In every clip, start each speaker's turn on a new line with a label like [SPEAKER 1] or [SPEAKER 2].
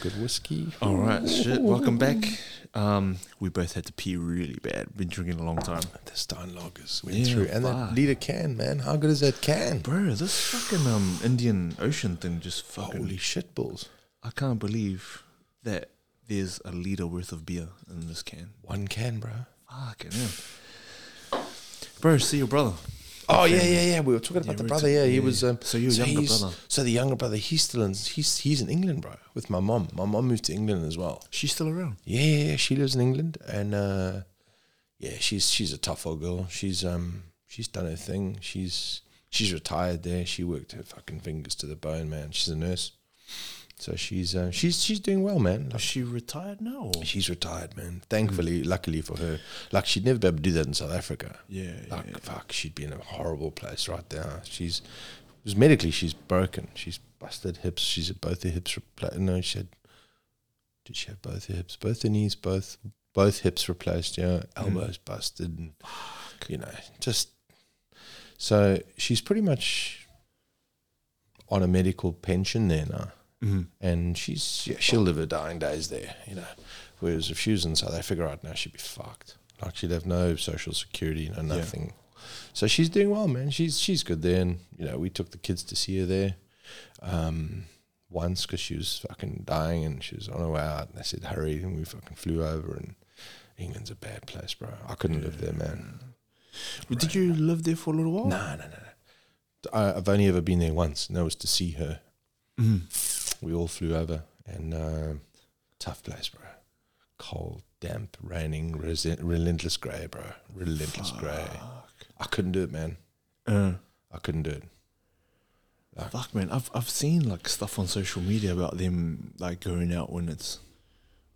[SPEAKER 1] good whiskey.
[SPEAKER 2] All right, shit. Welcome back. Um, we both had to pee really bad. Been drinking a long time,
[SPEAKER 1] The Steinloggers went
[SPEAKER 2] Yeah,
[SPEAKER 1] through, and that
[SPEAKER 2] fuck.
[SPEAKER 1] liter can, man. How good is that can?
[SPEAKER 2] bro. This fucking um Indian Ocean thing just fucking.
[SPEAKER 1] Holy shit balls!
[SPEAKER 2] I can't believe that there's a liter worth of beer in this can.
[SPEAKER 1] One can, bro.
[SPEAKER 2] Fucking hell. Bro, see your brother.
[SPEAKER 1] Oh yeah, yeah, yeah. We were talking about
[SPEAKER 2] Yeah, we
[SPEAKER 1] the
[SPEAKER 2] were
[SPEAKER 1] brother.
[SPEAKER 2] ta-
[SPEAKER 1] Yeah, he
[SPEAKER 2] yeah,
[SPEAKER 1] was.
[SPEAKER 2] yeah.
[SPEAKER 1] Um,
[SPEAKER 2] So your younger
[SPEAKER 1] he's-
[SPEAKER 2] brother.
[SPEAKER 1] So the younger brother, he's still in. He's he's in England, bro, with my mom. My mom moved to England as well.
[SPEAKER 2] She's still around.
[SPEAKER 1] Yeah, yeah, yeah, she lives in England, and uh, yeah, she's she's a tough old girl. She's um she's done her thing. She's she's retired there. She worked her fucking fingers to the bone, man. She's a nurse, so she's uh, she's she's doing well, man.
[SPEAKER 2] Is she retired now? or-
[SPEAKER 1] She's retired, man. Thankfully, luckily for her, like she'd never be able to do that in South Africa.
[SPEAKER 2] Yeah, yeah.
[SPEAKER 1] Like fuck, she'd be in a horrible place right now. She's, was medically, she's broken. She's busted hips. She's had both her hips. Repla- no, she had. Did she have both her hips, both her knees, both both hips replaced? Yeah,
[SPEAKER 2] Mm.
[SPEAKER 1] elbows busted, and you know, just. So she's pretty much on a medical pension there now
[SPEAKER 2] Mm-hmm.
[SPEAKER 1] and she's yeah, she'll live her dying days there, you know. Whereas if she was in South Africa right now, she'd be fucked. Like she'd have no social security, no nothing. So she's doing well, man. She's she's good there, and you know we took the kids to see her there, um, once because she was fucking dying and she was on her way out, and they said hurry, and we fucking flew over. And England's a bad place, bro. I couldn't live there, man.
[SPEAKER 2] Did you live there for a little while?
[SPEAKER 1] No, no, no, no. I, I've only ever been there once, and that was to see her.
[SPEAKER 2] Mm-hmm.
[SPEAKER 1] we all flew over and uh, tough place, bro. Cold, damp, raining, resi- relentless grey, bro. Relentless grey. I couldn't do it, man.
[SPEAKER 2] Uh,
[SPEAKER 1] I couldn't do it.
[SPEAKER 2] fuck, man. I've I've seen like stuff on social media about them like going out when it's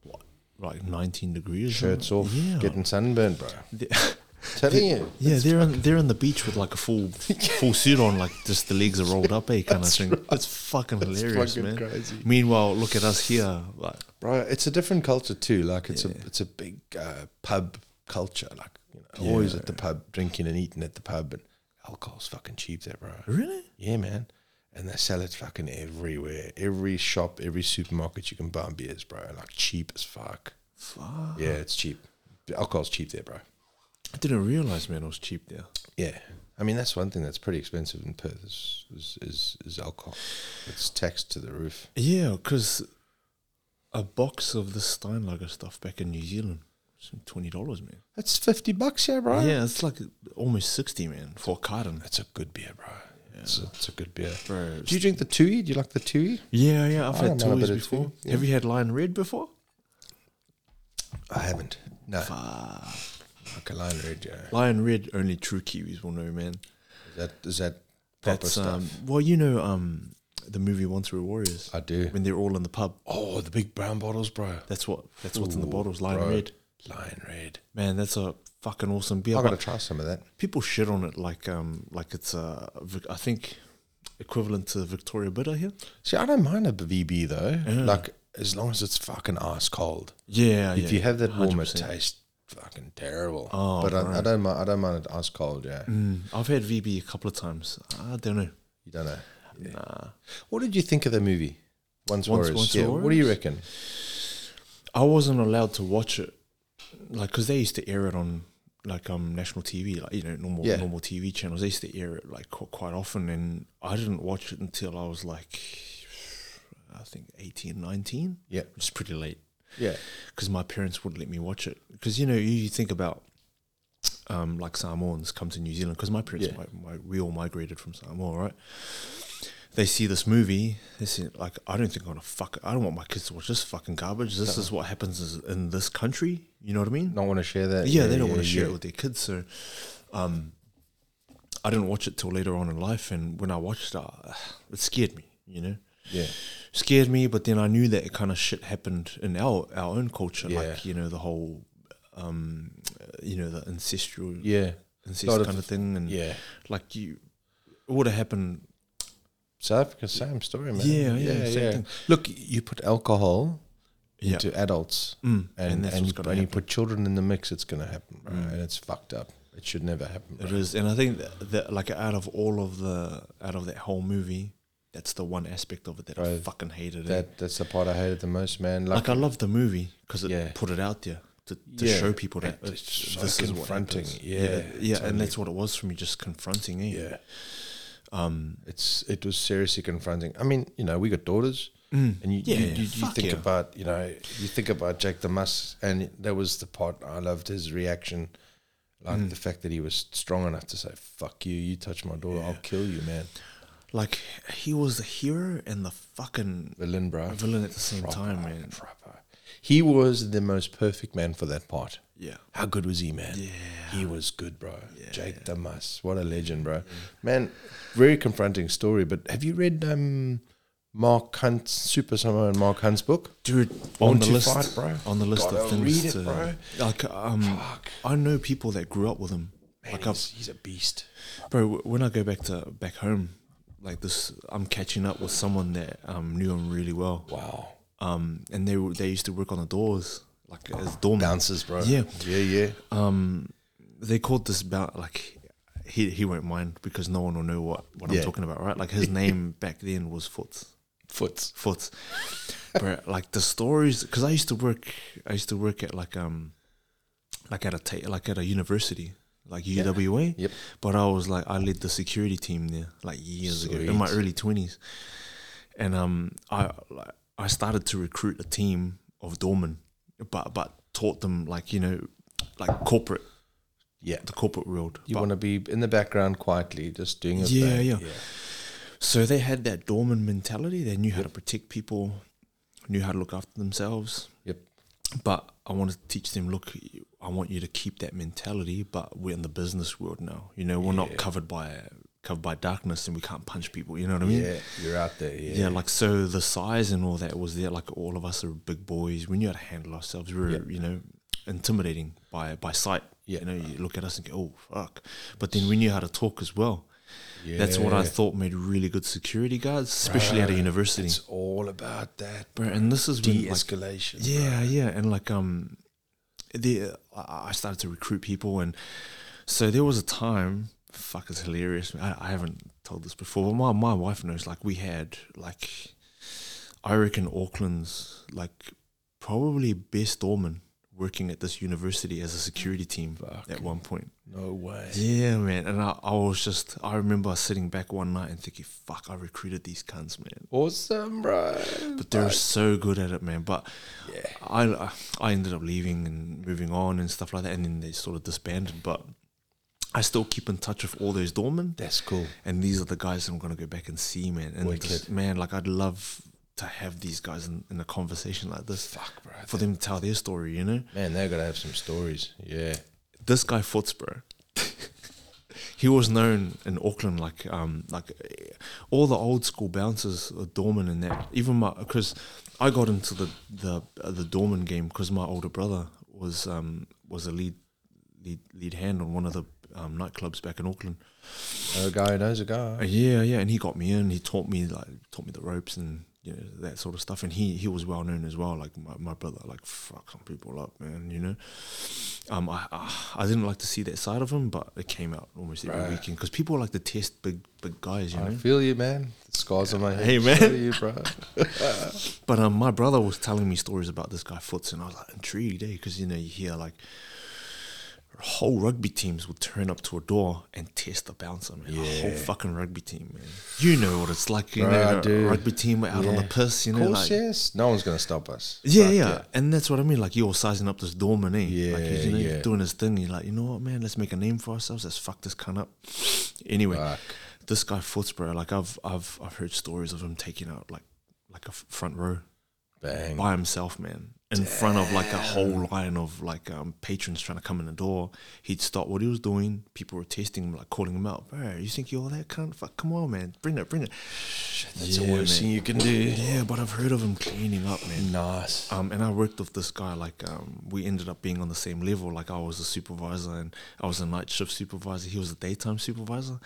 [SPEAKER 2] what, like 19 degrees.
[SPEAKER 1] Shirts
[SPEAKER 2] or-
[SPEAKER 1] off,
[SPEAKER 2] Yeah.
[SPEAKER 1] getting sunburned, bro.
[SPEAKER 2] The-
[SPEAKER 1] Telling you.
[SPEAKER 2] yeah, they're on, they're on the beach with like a full full suit on, like just the legs are rolled up, eh, kind of thing. That's fucking hilarious,
[SPEAKER 1] fucking
[SPEAKER 2] man.
[SPEAKER 1] crazy.
[SPEAKER 2] Meanwhile, look at us here, like
[SPEAKER 1] Bro, it's a different culture too. Like it's a it's a big uh, pub culture. Like you know, always at the pub, drinking and eating at the pub, and alcohol's fucking cheap there, bro.
[SPEAKER 2] really.
[SPEAKER 1] Yeah, man. And they sell it fucking everywhere. Every shop, every supermarket you can buy beers, bro. Like cheap as fuck.
[SPEAKER 2] Fuck.
[SPEAKER 1] Yeah, it's cheap. The Alcohol's cheap there, bro.
[SPEAKER 2] I didn't realize, man, it was cheap there.
[SPEAKER 1] Yeah. I mean, that's one thing that's pretty expensive in Perth is, is, is, is alcohol. It's taxed to the roof.
[SPEAKER 2] Yeah, because a box of this Steinlager stuff back in New Zealand was twenty dollars, man.
[SPEAKER 1] That's 50 bucks here, bro.
[SPEAKER 2] Yeah, it's like almost sixty, man, for a carton.
[SPEAKER 1] That's a good beer, bro. It's, a, it's a good beer.
[SPEAKER 2] Bro,
[SPEAKER 1] Do you drink the Tui? Do you like the Tui?
[SPEAKER 2] yeah, yeah, I've
[SPEAKER 1] I
[SPEAKER 2] had
[SPEAKER 1] don't mind a
[SPEAKER 2] toys
[SPEAKER 1] bit of
[SPEAKER 2] before.
[SPEAKER 1] tea, yeah.
[SPEAKER 2] Have you had Lion Red before?
[SPEAKER 1] I haven't. No.
[SPEAKER 2] Ah,
[SPEAKER 1] Like a Lion Red, yeah.
[SPEAKER 2] Lion Red only true Kiwis will know, man.
[SPEAKER 1] Is that, is that proper
[SPEAKER 2] That's
[SPEAKER 1] stuff?
[SPEAKER 2] um, well, you know, um, the movie Once We Were Warriors.
[SPEAKER 1] I do.
[SPEAKER 2] When they're all in the pub,
[SPEAKER 1] Oh, the big brown bottles, bro.
[SPEAKER 2] that's what that's what's in the
[SPEAKER 1] Ooh,
[SPEAKER 2] bottles. Lion
[SPEAKER 1] bro.
[SPEAKER 2] Red,
[SPEAKER 1] Lion Red.
[SPEAKER 2] man, that's a fucking awesome beer.
[SPEAKER 1] I've
[SPEAKER 2] but
[SPEAKER 1] got to try some of that.
[SPEAKER 2] people shit on it like um like it's uh Vic- I think equivalent to Victoria Bitter here.
[SPEAKER 1] See, I don't mind a VB though. Like as long as it's fucking ice cold.
[SPEAKER 2] Yeah,
[SPEAKER 1] If you have that warm, it tastes fucking terrible.
[SPEAKER 2] Oh,
[SPEAKER 1] but I, I
[SPEAKER 2] right.
[SPEAKER 1] don't mind. I don't mind it ice cold. Yeah,
[SPEAKER 2] Mm, I've had VB a couple of times. I don't know.
[SPEAKER 1] you don't know.
[SPEAKER 2] Nah.
[SPEAKER 1] What did you think of the movie? Once,
[SPEAKER 2] Once-
[SPEAKER 1] Warriors.
[SPEAKER 2] Once
[SPEAKER 1] yeah. What do you
[SPEAKER 2] Warriors?
[SPEAKER 1] reckon?
[SPEAKER 2] I wasn't allowed to watch it, like because they used to air it on like um national TV, like you know normal
[SPEAKER 1] Yeah.
[SPEAKER 2] normal TV channels. They used to air it like qu- quite often, and I didn't watch it until I was like, I think 18, 19.
[SPEAKER 1] Yeah.
[SPEAKER 2] which is pretty late
[SPEAKER 1] Yeah.
[SPEAKER 2] because my parents wouldn't let me watch it. Because you know you, you think about. Um, like Samoans come to New Zealand because my parents,
[SPEAKER 1] Yeah.
[SPEAKER 2] mi- mi- we all migrated from Samoa, right? They see this movie. They see like, I don't think I'm gonna fuck. I don't want my kids to watch this fucking garbage. This is what happens is- in this country. You know what I mean?
[SPEAKER 1] Not want to share that.
[SPEAKER 2] yeah, they don't want to
[SPEAKER 1] yeah,
[SPEAKER 2] share
[SPEAKER 1] yeah.
[SPEAKER 2] it with their kids. So, um, I didn't watch it till later on in life, and when I watched it, I, it scared me. You know,
[SPEAKER 1] Yeah.
[SPEAKER 2] scared me. But then I knew that kind of shit happened in our our own culture, like
[SPEAKER 1] Yeah.
[SPEAKER 2] you know the whole, um, uh, you know the ancestral
[SPEAKER 1] Yeah.
[SPEAKER 2] incest
[SPEAKER 1] Lot of-
[SPEAKER 2] kind of thing, and
[SPEAKER 1] Yeah.
[SPEAKER 2] like you, it would have happened.
[SPEAKER 1] South Africa, same story, man.
[SPEAKER 2] Yeah, yeah, same thing.
[SPEAKER 1] Look, you put alcohol
[SPEAKER 2] Yeah,
[SPEAKER 1] into adults,
[SPEAKER 2] Mm,
[SPEAKER 1] and
[SPEAKER 2] and
[SPEAKER 1] and,
[SPEAKER 2] that's
[SPEAKER 1] you,
[SPEAKER 2] what's gonna
[SPEAKER 1] and you
[SPEAKER 2] happen. Mm.
[SPEAKER 1] put children in the mix, it's gonna happen, bro. And it's fucked up. It should never happen. Bro.
[SPEAKER 2] it is, and I think that, that like out of all of the out of that whole movie, That's the one aspect of it that I
[SPEAKER 1] Right.
[SPEAKER 2] fucking hated. eh?
[SPEAKER 1] That that's the part I hated the most, man. Like,
[SPEAKER 2] like I love the movie because it
[SPEAKER 1] Yeah.
[SPEAKER 2] put it out there to, to
[SPEAKER 1] Yeah.
[SPEAKER 2] show people that
[SPEAKER 1] It-
[SPEAKER 2] it-
[SPEAKER 1] it's so
[SPEAKER 2] this is what
[SPEAKER 1] confronting.
[SPEAKER 2] happens.
[SPEAKER 1] Yeah,
[SPEAKER 2] yeah, yeah,
[SPEAKER 1] totally.
[SPEAKER 2] and that's what it was for me, just confronting. Eh?
[SPEAKER 1] yeah,
[SPEAKER 2] um,
[SPEAKER 1] it's it was seriously confronting. I mean, you know, we got daughters, and you
[SPEAKER 2] Yeah,
[SPEAKER 1] you,
[SPEAKER 2] yeah,
[SPEAKER 1] you, you
[SPEAKER 2] fuck
[SPEAKER 1] think
[SPEAKER 2] yeah.
[SPEAKER 1] about you know you think about Jack the Mus, and that was the part I loved his reaction, like
[SPEAKER 2] Mm.
[SPEAKER 1] the fact that he was strong enough to say "fuck you, you touch my daughter, I'll kill you, man."
[SPEAKER 2] like he was the hero and the fucking
[SPEAKER 1] Villain, bro.
[SPEAKER 2] villain at the same time, man.
[SPEAKER 1] Proper. He was the most perfect man for that part.
[SPEAKER 2] Yeah,
[SPEAKER 1] How good was he, man?
[SPEAKER 2] Yeah.
[SPEAKER 1] He was good, bro. Jake Damas. What a legend, bro. Man, very confronting story. But have you read um, Mark Hunt's Super Samoan and Mark Hunt's book?
[SPEAKER 2] dude,
[SPEAKER 1] Born
[SPEAKER 2] on the
[SPEAKER 1] to
[SPEAKER 2] list,
[SPEAKER 1] Fight, bro.
[SPEAKER 2] on the list
[SPEAKER 1] Gotta
[SPEAKER 2] of things
[SPEAKER 1] read it,
[SPEAKER 2] to
[SPEAKER 1] bro.
[SPEAKER 2] like. Um,
[SPEAKER 1] Fuck.
[SPEAKER 2] I know people that grew up with him.
[SPEAKER 1] Man,
[SPEAKER 2] like I've
[SPEAKER 1] he's, he's a beast.
[SPEAKER 2] bro w- when i go back to back home like this i'm catching up with someone that um knew him really well
[SPEAKER 1] Wow.
[SPEAKER 2] um and they were they used to work on the doors like as doorman
[SPEAKER 1] Bounces, bro.
[SPEAKER 2] Yeah.
[SPEAKER 1] Yeah, yeah.
[SPEAKER 2] um they called this about like he he won't mind because no one will know what what
[SPEAKER 1] Yeah.
[SPEAKER 2] i'm talking about right like his name back then was foots
[SPEAKER 1] Foots.
[SPEAKER 2] foots bro like the stories because i used to work i used to work at like um like at a ta- like at a university like uwa
[SPEAKER 1] Yep.
[SPEAKER 2] but I was like, I led the security team there like years ago in my
[SPEAKER 1] Sweet.
[SPEAKER 2] early twenties, and um, I like I started to recruit a team of doormen, but but taught them like you know, like corporate
[SPEAKER 1] Yeah.
[SPEAKER 2] the corporate world.
[SPEAKER 1] You
[SPEAKER 2] But-
[SPEAKER 1] want to be in the background quietly, just doing your
[SPEAKER 2] Yeah,
[SPEAKER 1] thing.
[SPEAKER 2] yeah. so they had that doorman mentality. They knew how to protect people, knew how to look after themselves.
[SPEAKER 1] Yep.
[SPEAKER 2] But I want to teach them. Look, I want you to keep that mentality, but we're in the business world now. You know, we're
[SPEAKER 1] Yeah.
[SPEAKER 2] not covered by covered by darkness, and we can't punch people. You know what I mean?
[SPEAKER 1] Yeah, you're out there. Yeah.
[SPEAKER 2] Yeah, like so the size and all that was there. Like all of us are big boys. We knew how to handle ourselves. We were,
[SPEAKER 1] Yeah.
[SPEAKER 2] you know, intimidating by by sight.
[SPEAKER 1] Yeah.
[SPEAKER 2] You know, you look at us and go, oh fuck. But then we knew how to talk as well. That's what I
[SPEAKER 1] Yeah.
[SPEAKER 2] thought made really good security guards, especially at a
[SPEAKER 1] Bruh,
[SPEAKER 2] university.
[SPEAKER 1] It's all about that
[SPEAKER 2] Bro, and this is when like
[SPEAKER 1] de-escalation.
[SPEAKER 2] yeah, yeah, and like um, the uh, I I started to recruit people, and so there was a time. Fuck, it's hilarious. I, I haven't told this before, but my my wife knows. Like we had like, I reckon Auckland's like probably best doorman working at this university as a security team at one point.
[SPEAKER 1] No way.
[SPEAKER 2] Yeah, man, and I, I was just I remember sitting back one night and thinking, fuck, I recruited these cunts, man.
[SPEAKER 1] Awesome, bro.
[SPEAKER 2] But they're so good at it, man. But
[SPEAKER 1] Yeah.
[SPEAKER 2] I I ended up leaving and moving on and stuff like that, and then they sort of disbanded. But I still keep in touch with all those doormen,
[SPEAKER 1] That's cool.
[SPEAKER 2] and these are the guys I'm gonna go back and see, man. And
[SPEAKER 1] Wicked.
[SPEAKER 2] just- man, like I'd love to have these guys in, in a conversation like this
[SPEAKER 1] Fuck, bro.
[SPEAKER 2] for them to tell their story. You know,
[SPEAKER 1] Man, they're gonna have some stories. Yeah.
[SPEAKER 2] this guy Foots, bro. he was known in Auckland like um like eh, all the old school bouncers, uh, Dorman and that. Even my because I got into the the uh, the Dorman game because my older brother was um was a lead lead lead hand on one of the um, nightclubs back in Auckland.
[SPEAKER 1] Know a guy who knows a
[SPEAKER 2] Uh,
[SPEAKER 1] guy.
[SPEAKER 2] Yeah, yeah, and he got me in. He taught me like taught me the ropes and you know that sort of stuff. And he he was well known as well. Like my, my brother, like fuck some people up, man. You know, um, I, I I didn't like to see that side of him, but it came out almost every
[SPEAKER 1] Right.
[SPEAKER 2] weekend because people like to test big big guys, you
[SPEAKER 1] I
[SPEAKER 2] know.
[SPEAKER 1] feel you, man. The scars on my head.
[SPEAKER 2] Hey, man.
[SPEAKER 1] show you, bro.
[SPEAKER 2] But um, my brother was telling me stories about this guy Foots, and I was like intrigued, eh? Because you know you hear like whole rugby teams would turn up to a door and test the bouncer, man. A whole
[SPEAKER 1] Yeah.
[SPEAKER 2] fucking rugby team, man. You know what it's like, you
[SPEAKER 1] Bro, I
[SPEAKER 2] know,
[SPEAKER 1] do.
[SPEAKER 2] a rugby team out on the
[SPEAKER 1] Yeah.
[SPEAKER 2] piss, you
[SPEAKER 1] Of
[SPEAKER 2] know,
[SPEAKER 1] course,
[SPEAKER 2] like.
[SPEAKER 1] yes. No one's gonna stop us.
[SPEAKER 2] Yeah,
[SPEAKER 1] Fuck
[SPEAKER 2] yeah, and that's what I mean. Like you're sizing up this doorman, eh? like,
[SPEAKER 1] Yeah,
[SPEAKER 2] he's, you know,
[SPEAKER 1] yeah.
[SPEAKER 2] doing his thing. You're like, you know what, man? Let's make a name for ourselves. Let's fuck this cunt up. Anyway,
[SPEAKER 1] Fuck.
[SPEAKER 2] this guy Foots, bro. Like I've I've I've heard stories of him taking out like like a f- front row
[SPEAKER 1] Bang.
[SPEAKER 2] by himself, man, in front of like a whole line of like um, patrons trying to come in the door. He'd stop what he was doing. People were testing him, like calling him out, bro. You think you're that cunt? Fuck, come on, man, bring it, bring it.
[SPEAKER 1] That's the worst thing you can do.
[SPEAKER 2] Yeah, but I've heard of him cleaning up, man.
[SPEAKER 1] Nice.
[SPEAKER 2] Um, and I worked with this guy. Like, um, we ended up being on the same level. Like, I was a supervisor, and I was a night shift supervisor. He was a daytime supervisor,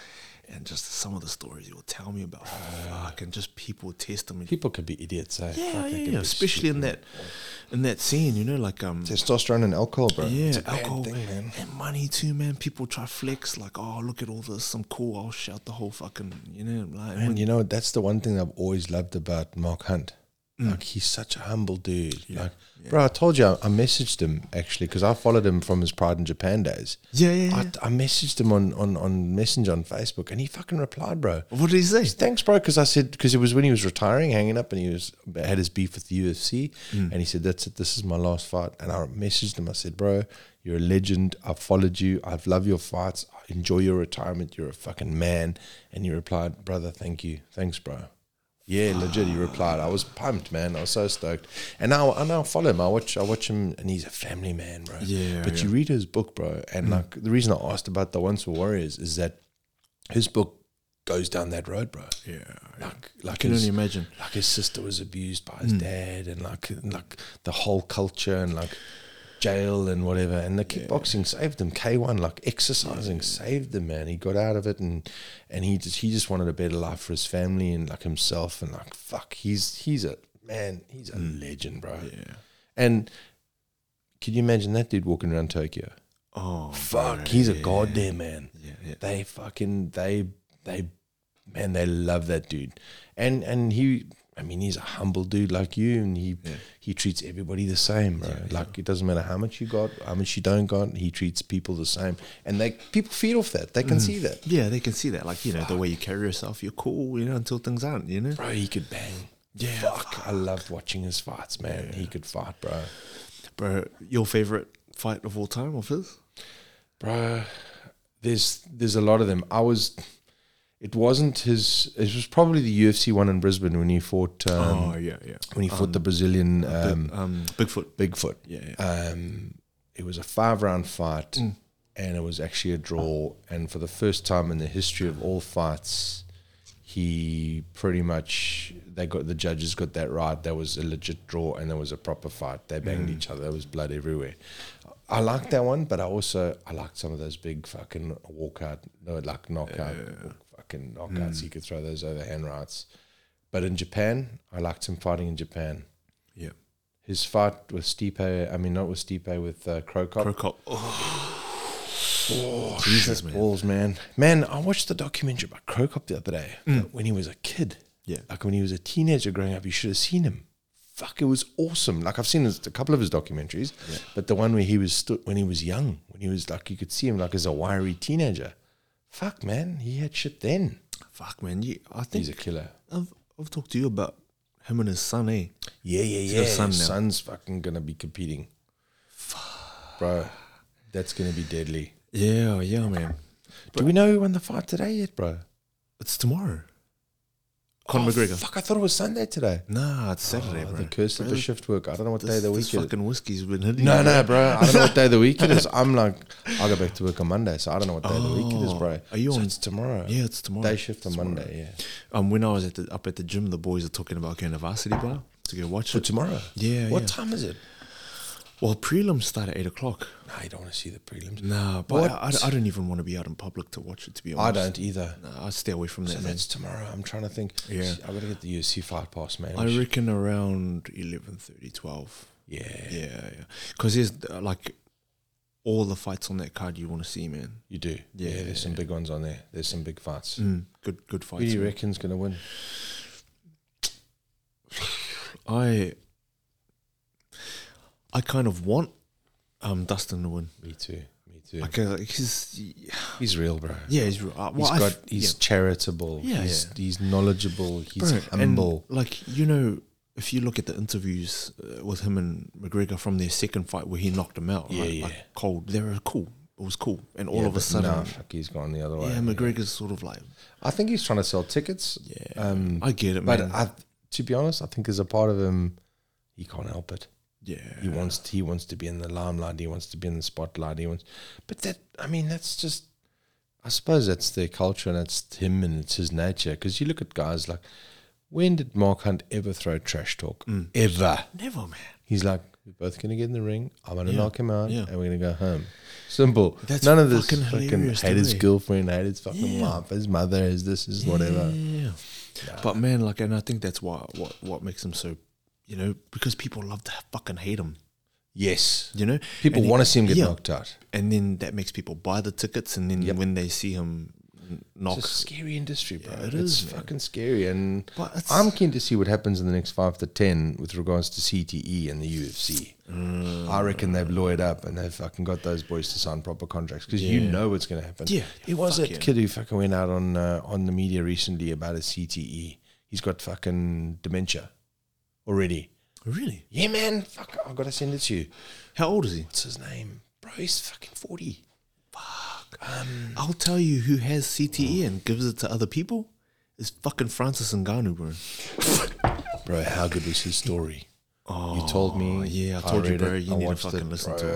[SPEAKER 2] and just some of the stories you'll tell me
[SPEAKER 1] Uh.
[SPEAKER 2] about, fuck, and just people testimony.
[SPEAKER 1] People can be idiots, eh?
[SPEAKER 2] Yeah,
[SPEAKER 1] Fuck,
[SPEAKER 2] yeah,
[SPEAKER 1] they can
[SPEAKER 2] yeah.
[SPEAKER 1] be
[SPEAKER 2] Especially in
[SPEAKER 1] stupid.
[SPEAKER 2] that, in that scene, you know, like um,
[SPEAKER 1] testosterone and alcohol, bro.
[SPEAKER 2] yeah,
[SPEAKER 1] it's a bad
[SPEAKER 2] alcohol
[SPEAKER 1] thing, man.
[SPEAKER 2] and money too, man. People try flex like, oh, look at all this, I'm cool. I'll shout the whole fucking, you know, like
[SPEAKER 1] And you know, that's the one thing I've always loved about Mark Hunt. Like, he's such a humble dude. Like, bro, I told you, I, I messaged him actually because I followed him from his Pride in Japan days.
[SPEAKER 2] yeah, yeah. yeah.
[SPEAKER 1] I, I messaged him on, on, on Messenger on Facebook and he fucking replied, bro.
[SPEAKER 2] what did he say?
[SPEAKER 1] Thanks, bro. Because I said, because it was when he was retiring, hanging up, and he was had his beef with the UFC. And he said, That's it. This is my last fight. And I messaged him. I said, Bro, you're a legend. I've followed you. I've loved your fights. I enjoy your retirement. You're a fucking man. And he replied, Brother, thank you. Thanks, bro. Yeah, legit. He replied. I was pumped, man. I was so stoked. And now I now follow him. I watch I watch him, and he's a family man, bro.
[SPEAKER 2] Yeah,
[SPEAKER 1] But
[SPEAKER 2] yeah. Mm.
[SPEAKER 1] you read his book, bro, and like the reason I asked about the Once Were Warriors is that his book goes down that road, bro.
[SPEAKER 2] Yeah,
[SPEAKER 1] Like,
[SPEAKER 2] I
[SPEAKER 1] like
[SPEAKER 2] can only
[SPEAKER 1] his,
[SPEAKER 2] imagine.
[SPEAKER 1] like his sister was abused by
[SPEAKER 2] Hmm.
[SPEAKER 1] his dad, and like and like the whole culture, and like jail and whatever. And the kickboxing saved him. K one, like exercising, saved him, man. He got out of it, and and he just he just wanted a better life for his family and like himself, and like fuck, he's he's a man, he's a legend, bro.
[SPEAKER 2] Hmm. Yeah.
[SPEAKER 1] And can you imagine that dude walking around Tokyo?
[SPEAKER 2] Oh,
[SPEAKER 1] Fuck,
[SPEAKER 2] bro,
[SPEAKER 1] he's a
[SPEAKER 2] yeah,
[SPEAKER 1] goddamn man
[SPEAKER 2] Yeah, yeah.
[SPEAKER 1] they fucking they they man they love that dude and and he i mean he's a humble dude like you and he
[SPEAKER 2] Yeah.
[SPEAKER 1] he treats everybody the same bro. like it doesn't matter how much you got how much you don't got he treats people the same and they people feed off that they can see that
[SPEAKER 2] Yeah, they can see that. Like, you know, the way you carry yourself, you're cool, you know, until things aren't, you know?
[SPEAKER 1] bro he could bang
[SPEAKER 2] Yeah,
[SPEAKER 1] fuck, i loved watching his fights man he could fight bro
[SPEAKER 2] Bro, your favorite fight of all time of his?
[SPEAKER 1] bro there's there's a lot of them i was it wasn't his it was probably the ufc one in brisbane when he fought um,
[SPEAKER 2] Oh, yeah, yeah.
[SPEAKER 1] when he fought the brazilian um,
[SPEAKER 2] Um, Bigfoot.
[SPEAKER 1] Bigfoot.
[SPEAKER 2] Yeah, yeah.
[SPEAKER 1] Um, it was a five round fight, and it was actually a draw. And for the first time in the history of all fights, he pretty much they got the judges got that right. There was a legit draw, and there was a proper fight. They banged each other. There was blood everywhere. I liked that one, but I also I liked some of those big fucking walkout, no, like knockout, fucking knockouts. You could throw those overhand rights. But in Japan, I liked him fighting in Japan
[SPEAKER 2] Yeah.
[SPEAKER 1] his fight with Stipe, I mean, not with Stipe, with uh, Krokop.
[SPEAKER 2] Procop. Oh,
[SPEAKER 1] oh,
[SPEAKER 2] Jesus,
[SPEAKER 1] shit
[SPEAKER 2] man. Mm.
[SPEAKER 1] balls, man. Man, I watched the documentary about Krokop the other day like, when he was a kid.
[SPEAKER 2] Yeah.
[SPEAKER 1] Like when he was a teenager growing up, you should have seen him. Fuck, it was awesome. Like I've seen his, a couple of his documentaries, but the one where he was stu- when he was young, when he was like, you could see him like as a wiry teenager. Fuck, man, he had shit then.
[SPEAKER 2] fuck, man. You, I
[SPEAKER 1] He's
[SPEAKER 2] think
[SPEAKER 1] a killer.
[SPEAKER 2] I've, I've talked to you about him and his son, eh?
[SPEAKER 1] Yeah, yeah, yeah.
[SPEAKER 2] got a son
[SPEAKER 1] His
[SPEAKER 2] now.
[SPEAKER 1] son's fucking gonna be competing. Bro, that's gonna be deadly.
[SPEAKER 2] Yeah, yeah, man.
[SPEAKER 1] Do we know who won the fight today yet, bro?
[SPEAKER 2] It's tomorrow. Conor
[SPEAKER 1] Oh,
[SPEAKER 2] McGregor.
[SPEAKER 1] Fuck, I thought it was Sunday today.
[SPEAKER 2] Nah, it's Saturday,
[SPEAKER 1] Oh,
[SPEAKER 2] bro.
[SPEAKER 1] the curse of the
[SPEAKER 2] Bro,
[SPEAKER 1] shift work. I don't know what day
[SPEAKER 2] This,
[SPEAKER 1] of the
[SPEAKER 2] this
[SPEAKER 1] week it is.
[SPEAKER 2] fucking whiskey's been hitting
[SPEAKER 1] No,
[SPEAKER 2] you,
[SPEAKER 1] no, bro. I don't know what day of the week it is. I'm like, I'll go back to work on Monday, so I don't know what day of the week it is,
[SPEAKER 2] Oh,
[SPEAKER 1] bro.
[SPEAKER 2] are you
[SPEAKER 1] So
[SPEAKER 2] on-
[SPEAKER 1] It's tomorrow.
[SPEAKER 2] Yeah, it's tomorrow.
[SPEAKER 1] Day shift on Monday, yeah.
[SPEAKER 2] Um, when I was at the, up at the gym, the boys are talking about going to Varsity Bar to go watch
[SPEAKER 1] For
[SPEAKER 2] it.
[SPEAKER 1] tomorrow?
[SPEAKER 2] Yeah,
[SPEAKER 1] What
[SPEAKER 2] yeah.
[SPEAKER 1] time is it?
[SPEAKER 2] Well, prelims start at eight o'clock.
[SPEAKER 1] No, you don't want to see the prelims.
[SPEAKER 2] Nah,
[SPEAKER 1] What?
[SPEAKER 2] but I, I, I don't even want to be out in public to watch it. To be
[SPEAKER 1] I
[SPEAKER 2] honest,
[SPEAKER 1] don't either.
[SPEAKER 2] Nah, I stay away from
[SPEAKER 1] So
[SPEAKER 2] that. Man.
[SPEAKER 1] that's tomorrow. I'm trying to think.
[SPEAKER 2] Yeah.
[SPEAKER 1] I gotta get the UFC fight pass, man.
[SPEAKER 2] I reckon around 11.30, 12.
[SPEAKER 1] yeah,
[SPEAKER 2] Yeah, yeah. Because there's uh, like all the fights on that card you want to see, man.
[SPEAKER 1] you do. Yeah,
[SPEAKER 2] Yeah,
[SPEAKER 1] there's some big ones on there. There's some big fights.
[SPEAKER 2] Good, good
[SPEAKER 1] Mm. Who do
[SPEAKER 2] fights.
[SPEAKER 1] you
[SPEAKER 2] man.
[SPEAKER 1] reckon's gonna win?
[SPEAKER 2] I, I kind of want um Dustin to win.
[SPEAKER 1] Me too. Me too.
[SPEAKER 2] Like, uh, he's
[SPEAKER 1] He's real, bro.
[SPEAKER 2] yeah, he's uh, well,
[SPEAKER 1] He's
[SPEAKER 2] I
[SPEAKER 1] got.
[SPEAKER 2] f-
[SPEAKER 1] He's charitable.
[SPEAKER 2] Yeah,
[SPEAKER 1] he's, he's knowledgeable. He's
[SPEAKER 2] Bro, and,
[SPEAKER 1] humble.
[SPEAKER 2] like you know, if you look at the interviews uh, with him and McGregor from their second fight where he knocked him out,
[SPEAKER 1] Yeah,
[SPEAKER 2] right?
[SPEAKER 1] yeah.
[SPEAKER 2] like cold. They were cool. It was cool, and all
[SPEAKER 1] Yeah,
[SPEAKER 2] of a
[SPEAKER 1] but
[SPEAKER 2] sudden,
[SPEAKER 1] nah, fuck, he's gone the other way.
[SPEAKER 2] yeah, McGregor's sort of like,
[SPEAKER 1] I think he's trying to sell tickets.
[SPEAKER 2] yeah,
[SPEAKER 1] Um,
[SPEAKER 2] I get it,
[SPEAKER 1] but
[SPEAKER 2] man.
[SPEAKER 1] I, to be honest, I think there's a part of him. He can't help it.
[SPEAKER 2] yeah,
[SPEAKER 1] He wants. He wants to be in the limelight. He wants to be in the spotlight. He wants. But that. I mean, that's just. I suppose that's their culture and that's him and it's his nature. Because you look at guys like. When did Mark Hunt ever throw trash talk?
[SPEAKER 2] Mm.
[SPEAKER 1] Ever.
[SPEAKER 2] Never, man.
[SPEAKER 1] He's like, we're both going to get in the ring. I'm going to
[SPEAKER 2] Yeah.
[SPEAKER 1] knock him out
[SPEAKER 2] Yeah.
[SPEAKER 1] and we're going to go home. Simple.
[SPEAKER 2] That's
[SPEAKER 1] None of this
[SPEAKER 2] fucking
[SPEAKER 1] fucking
[SPEAKER 2] hilarious to
[SPEAKER 1] hate his
[SPEAKER 2] me.
[SPEAKER 1] girlfriend, hate his fucking
[SPEAKER 2] Yeah.
[SPEAKER 1] wife, his mother, his this, his whatever.
[SPEAKER 2] Yeah.
[SPEAKER 1] Nah.
[SPEAKER 2] But man, like, and I think that's why what what makes him so, you know, because people love to fucking hate him.
[SPEAKER 1] yes.
[SPEAKER 2] You know,
[SPEAKER 1] People
[SPEAKER 2] And he-
[SPEAKER 1] want to see him get
[SPEAKER 2] yeah.
[SPEAKER 1] knocked out.
[SPEAKER 2] and then that makes people buy the tickets, and then
[SPEAKER 1] Yep.
[SPEAKER 2] when they see him n- knock,
[SPEAKER 1] It's a scary industry, bro.
[SPEAKER 2] Yeah, it
[SPEAKER 1] it's
[SPEAKER 2] is, man.
[SPEAKER 1] fucking scary. And
[SPEAKER 2] but it's,
[SPEAKER 1] I'm keen to see what happens in the next five to 10 with regards to CTE and the UFC.
[SPEAKER 2] Mm.
[SPEAKER 1] I reckon they've lawyered up and they've fucking got those boys to sign proper contracts because you
[SPEAKER 2] Yeah.
[SPEAKER 1] know what's going to happen.
[SPEAKER 2] yeah,
[SPEAKER 1] It was
[SPEAKER 2] fuck
[SPEAKER 1] that
[SPEAKER 2] yeah.
[SPEAKER 1] kid who fucking went out on uh, on the media recently about his CTE. He's got fucking dementia already.
[SPEAKER 2] Really?
[SPEAKER 1] Yeah, man. Fuck, I've got to send it to you.
[SPEAKER 2] How old is he?
[SPEAKER 1] What's his name? Bro, he's fucking 40.
[SPEAKER 2] I'll tell you who has CTE and gives it to other people is fucking Francis Ngannou, bro.
[SPEAKER 1] Bro, how good was his story?
[SPEAKER 2] Oh,
[SPEAKER 1] You told me.
[SPEAKER 2] Yeah, I told you,
[SPEAKER 1] read
[SPEAKER 2] bro.
[SPEAKER 1] it,
[SPEAKER 2] You
[SPEAKER 1] I
[SPEAKER 2] need to
[SPEAKER 1] watched it,
[SPEAKER 2] fucking listen to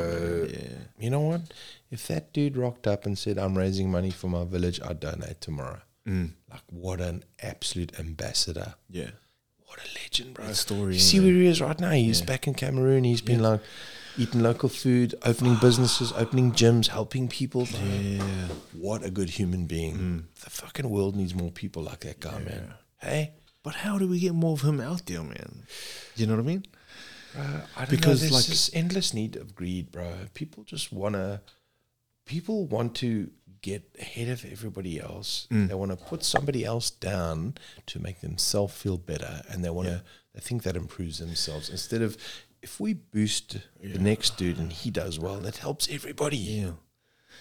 [SPEAKER 2] it. Man. Yeah.
[SPEAKER 1] You know what? If that dude rocked up and said, I'm raising money for my village, I'd donate tomorrow.
[SPEAKER 2] Mm.
[SPEAKER 1] Like, what an absolute ambassador.
[SPEAKER 2] Yeah.
[SPEAKER 1] What a legend, bro.
[SPEAKER 2] That story,
[SPEAKER 1] You see
[SPEAKER 2] yeah.
[SPEAKER 1] where he is right now. He's back in Cameroon. He's been like eating local food, opening businesses, opening gyms, helping people. bro.
[SPEAKER 2] Yeah. Mm.
[SPEAKER 1] What a good human being. The fucking world needs more people like that guy, man. Hey?
[SPEAKER 2] But how do we get more of him out there, man? You know what I mean?
[SPEAKER 1] I don't
[SPEAKER 2] Because,
[SPEAKER 1] because know, there's
[SPEAKER 2] like-
[SPEAKER 1] this endless need of greed, bro. People just wanna, people want to get ahead of everybody else.
[SPEAKER 2] Mm.
[SPEAKER 1] They want to put somebody else down to make themselves feel better, and they want to. They think that improves themselves instead of if we boost the next dude and he does well, that helps everybody.
[SPEAKER 2] Yeah.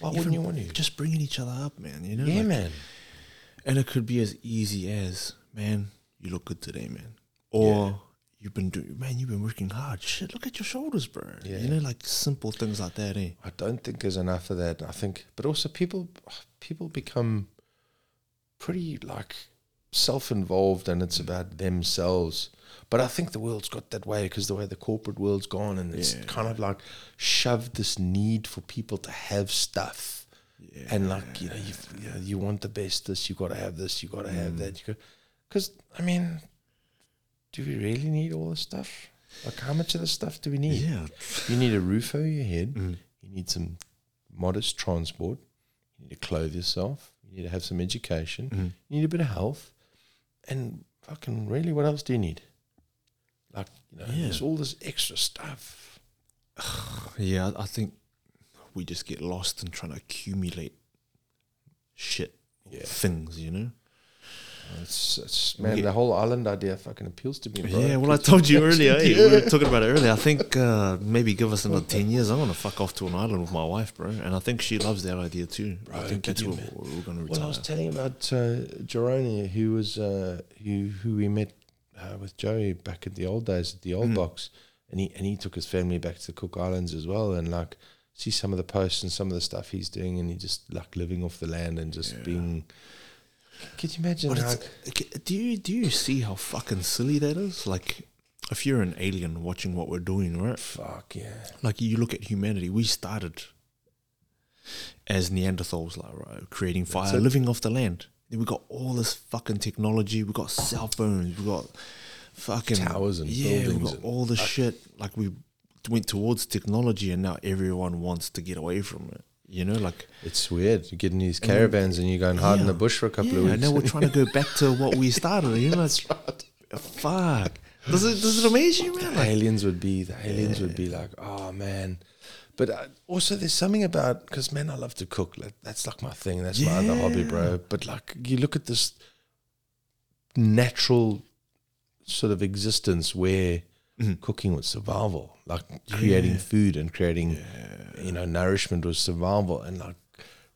[SPEAKER 1] Why wouldn't you want to?
[SPEAKER 2] Just bringing each other up, man. You know?
[SPEAKER 1] yeah,
[SPEAKER 2] like-
[SPEAKER 1] man.
[SPEAKER 2] And it could be as easy as, man, you look good today, man. Or you've been doing, man, you've been working hard. Shit, look at your shoulders, bro.
[SPEAKER 1] Yeah.
[SPEAKER 2] You know, like simple things like that, eh?
[SPEAKER 1] I don't think there's enough of that. I think, but also people people become pretty like self-involved, and it's about themselves. But I think the world's got that way because the way the corporate world's gone, and it's
[SPEAKER 2] Yeah.
[SPEAKER 1] kind of like shoved this need for people to have stuff,
[SPEAKER 2] Yeah.
[SPEAKER 1] and like you know, you've, you know, you want the best. This you got to have this. You got to have that. You because I mean, do we really need all this stuff? Like, how much of this stuff do we need?
[SPEAKER 2] Yeah.
[SPEAKER 1] You need a roof over your head.
[SPEAKER 2] Mm.
[SPEAKER 1] You need some modest transport. You need to clothe yourself. You need to have some education.
[SPEAKER 2] Mm.
[SPEAKER 1] You need a bit of health. And fucking really, what else do you need? Like, you know,
[SPEAKER 2] Yeah.
[SPEAKER 1] there's all this extra stuff.
[SPEAKER 2] Yeah, I I think we just get lost in trying to accumulate shit,
[SPEAKER 1] Yeah.
[SPEAKER 2] things, you know.
[SPEAKER 1] It's, it's man,
[SPEAKER 2] Yeah.
[SPEAKER 1] the whole island idea fucking appeals to me, bro.
[SPEAKER 2] Yeah, well, I told you earlier. eh, We were
[SPEAKER 1] Yeah.
[SPEAKER 2] talking about it earlier. I think uh, maybe give us another ten years. I'm gonna fuck off to an island with my wife, bro. And I think she loves that idea too. I
[SPEAKER 1] Bro,
[SPEAKER 2] think
[SPEAKER 1] could
[SPEAKER 2] that's
[SPEAKER 1] you
[SPEAKER 2] what
[SPEAKER 1] ma-
[SPEAKER 2] we're, we're gonna retire.
[SPEAKER 1] Well, I was telling you about uh, Jeroni, who was uh, who who we met uh, with Joey back in the old days at the old box, and he and he took his family back to the Cook Islands as well, and like see some of the posts and some of the stuff he's doing, and he just like living off the land and just being. Could you imagine?
[SPEAKER 2] But it's-
[SPEAKER 1] like,
[SPEAKER 2] okay, do you do you see how fucking silly that is? Like, if you're an alien watching what we're doing, right?
[SPEAKER 1] fuck yeah,
[SPEAKER 2] like you look at humanity, we started as Neanderthals, like right, creating fire,
[SPEAKER 1] it.
[SPEAKER 2] living off the land. Then we got all this fucking technology. We got cell phones. We got fucking
[SPEAKER 1] Towers and
[SPEAKER 2] yeah. We
[SPEAKER 1] buildings
[SPEAKER 2] got
[SPEAKER 1] and-
[SPEAKER 2] all this shit. Like we went towards technology, and now everyone wants to get away from it. You know, like
[SPEAKER 1] it's weird. You get in these caravans and you go and hide in the
[SPEAKER 2] yeah,
[SPEAKER 1] bush for a couple of
[SPEAKER 2] yeah,
[SPEAKER 1] weeks.
[SPEAKER 2] And now we're trying to go back to what we started. You know, that's Fuck. Does it does it amaze you,
[SPEAKER 1] the
[SPEAKER 2] man? Like,
[SPEAKER 1] aliens would be the aliens would be like oh man but uh, also there's something about because man i love to cook like, that's like my thing that's my other hobby bro but like you look at this natural sort of existence where cooking was survival like creating food and creating you know nourishment was survival and like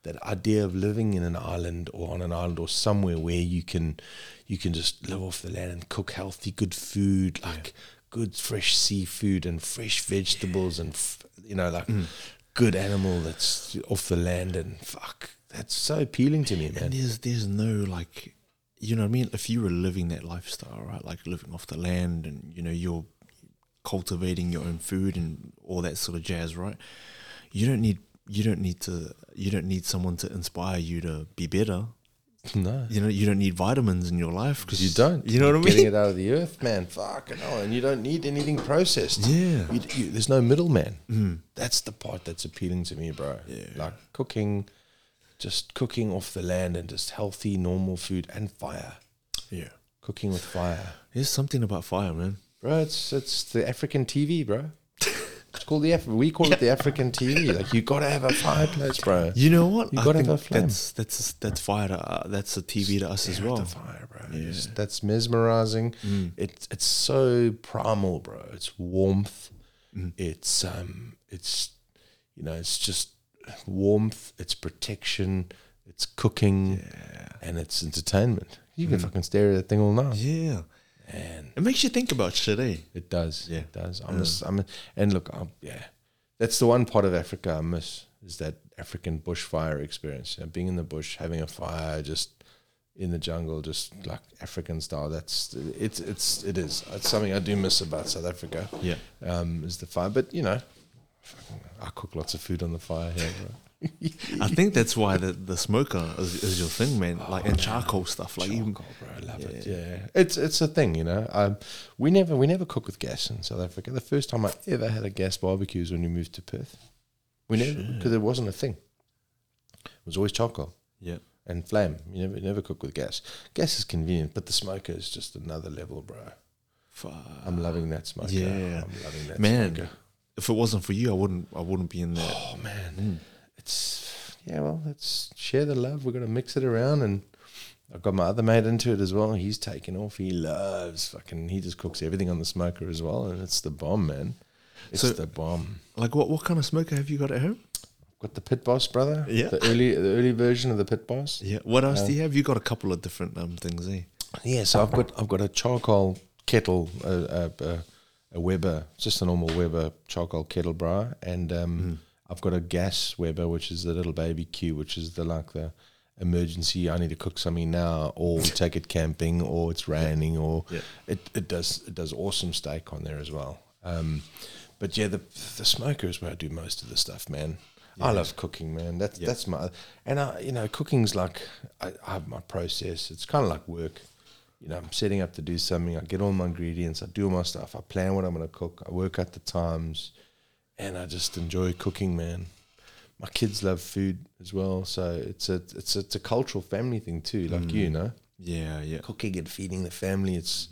[SPEAKER 1] that idea of living in an island or on an island or somewhere where you can you can just live off the land and cook healthy good food like good fresh seafood and fresh vegetables and f- you know like
[SPEAKER 2] Mm.
[SPEAKER 1] good animal that's off the land and fuck that's so appealing to me
[SPEAKER 2] And
[SPEAKER 1] man
[SPEAKER 2] there's there's no like, you know what I mean. If you were living that lifestyle, right, like living off the land, and you know you're cultivating your own food and all that sort of jazz, right? You don't need you don't need to you don't need someone to inspire you to be better.
[SPEAKER 1] No.
[SPEAKER 2] You know, you don't need vitamins in your life because
[SPEAKER 1] You don't.
[SPEAKER 2] You know what I
[SPEAKER 1] You're
[SPEAKER 2] mean?
[SPEAKER 1] Getting it out of the earth, man. Fucking hell. And you don't need anything processed.
[SPEAKER 2] Yeah.
[SPEAKER 1] You, you, there's no middleman. That's the part that's appealing to me, bro.
[SPEAKER 2] Yeah.
[SPEAKER 1] Like cooking, just cooking off the land and just healthy, normal food and fire.
[SPEAKER 2] Yeah.
[SPEAKER 1] Cooking with fire.
[SPEAKER 2] There's something about fire, man.
[SPEAKER 1] Bro, it's it's the African TV, bro. It's called the Af- we call it the African TV. Like you gotta have a fireplace, bro.
[SPEAKER 2] You know what?
[SPEAKER 1] You gotta have a flame.
[SPEAKER 2] that's that's that's fire. To, uh, that's a TV to us
[SPEAKER 1] Stare
[SPEAKER 2] as
[SPEAKER 1] at
[SPEAKER 2] well. Mm.
[SPEAKER 1] The fire, bro. It's- that's mesmerizing. It's it's so primal, bro. It's warmth.
[SPEAKER 2] Mm.
[SPEAKER 1] It's um, it's you know, it's just warmth. It's protection. It's cooking, and it's entertainment. You
[SPEAKER 2] Mm.
[SPEAKER 1] can fucking stare at that thing all night,
[SPEAKER 2] Yeah,
[SPEAKER 1] and
[SPEAKER 2] it makes you think about shit, eh?
[SPEAKER 1] it does.
[SPEAKER 2] Yeah.
[SPEAKER 1] It does. I miss. I miss and look, i yeah, that's the one part of Africa I miss is that African bushfire experience. You know, being in the bush, having a fire, just in the jungle, just like African style. That's it's it's it is. It's something I do miss about South Africa.
[SPEAKER 2] Yeah.
[SPEAKER 1] Um, is the fire, but you know, fucking, I cook lots of food on the fire here. Bro.
[SPEAKER 2] I think that's why the, the smoker is, is your thing, man. Like and charcoal stuff, like even
[SPEAKER 1] Charcoal, bro, I love it. Yeah, it's it's a thing, you know. Um, we never we never cook with gas in South Africa. The first time I ever had a gas barbecue was when we moved to Perth. We never because it wasn't a thing. It was always charcoal
[SPEAKER 2] yeah,
[SPEAKER 1] and flame. You never you never cook with gas. Gas is convenient, but the smoker is just another level, bro.
[SPEAKER 2] Fuck.
[SPEAKER 1] I'm loving that smoker.
[SPEAKER 2] Ah. yeah.
[SPEAKER 1] I'm loving that
[SPEAKER 2] man.
[SPEAKER 1] smoker.
[SPEAKER 2] If it wasn't for you, I wouldn't I wouldn't be in there.
[SPEAKER 1] Oh man,
[SPEAKER 2] Hmm.
[SPEAKER 1] it's yeah. Well, let's share the love. We're gonna mix it around, and I've got my other mate into it as well. He's taken off. He loves fucking. He just cooks everything on the smoker as well, and it's the bomb, man. It's
[SPEAKER 2] So-
[SPEAKER 1] the bomb.
[SPEAKER 2] Like what what kind of smoker have you got at home?
[SPEAKER 1] Got the pit boss, brother.
[SPEAKER 2] Yeah.
[SPEAKER 1] The early, the early version of the pit boss.
[SPEAKER 2] Yeah. What else do you have? You got a couple of different um things, eh?
[SPEAKER 1] Yeah, so I've got I've got a charcoal kettle, a, a, a, a Weber, just a normal Weber charcoal kettle, bra, and um, I've got a gas Weber, which is the little baby Q, which is the like the emergency. I need to cook something now, or we take it camping, or it's raining, or
[SPEAKER 2] Yeah.
[SPEAKER 1] it, it does it does awesome steak on there as well. Um, but yeah, the the smoker is where I do most of the stuff, man. I love cooking, man. That's that's my and I you know cooking's like I, I have my process. It's kind of like work. You know, I'm setting up to do something. I get all my ingredients. I do all my stuff. I plan what I'm going to cook. I work out the times, and I just enjoy cooking, man. My kids love food as well, so it's a it's a, it's a cultural family thing too. Like you know,
[SPEAKER 2] Yeah, yeah.
[SPEAKER 1] cooking and feeding the family. It's,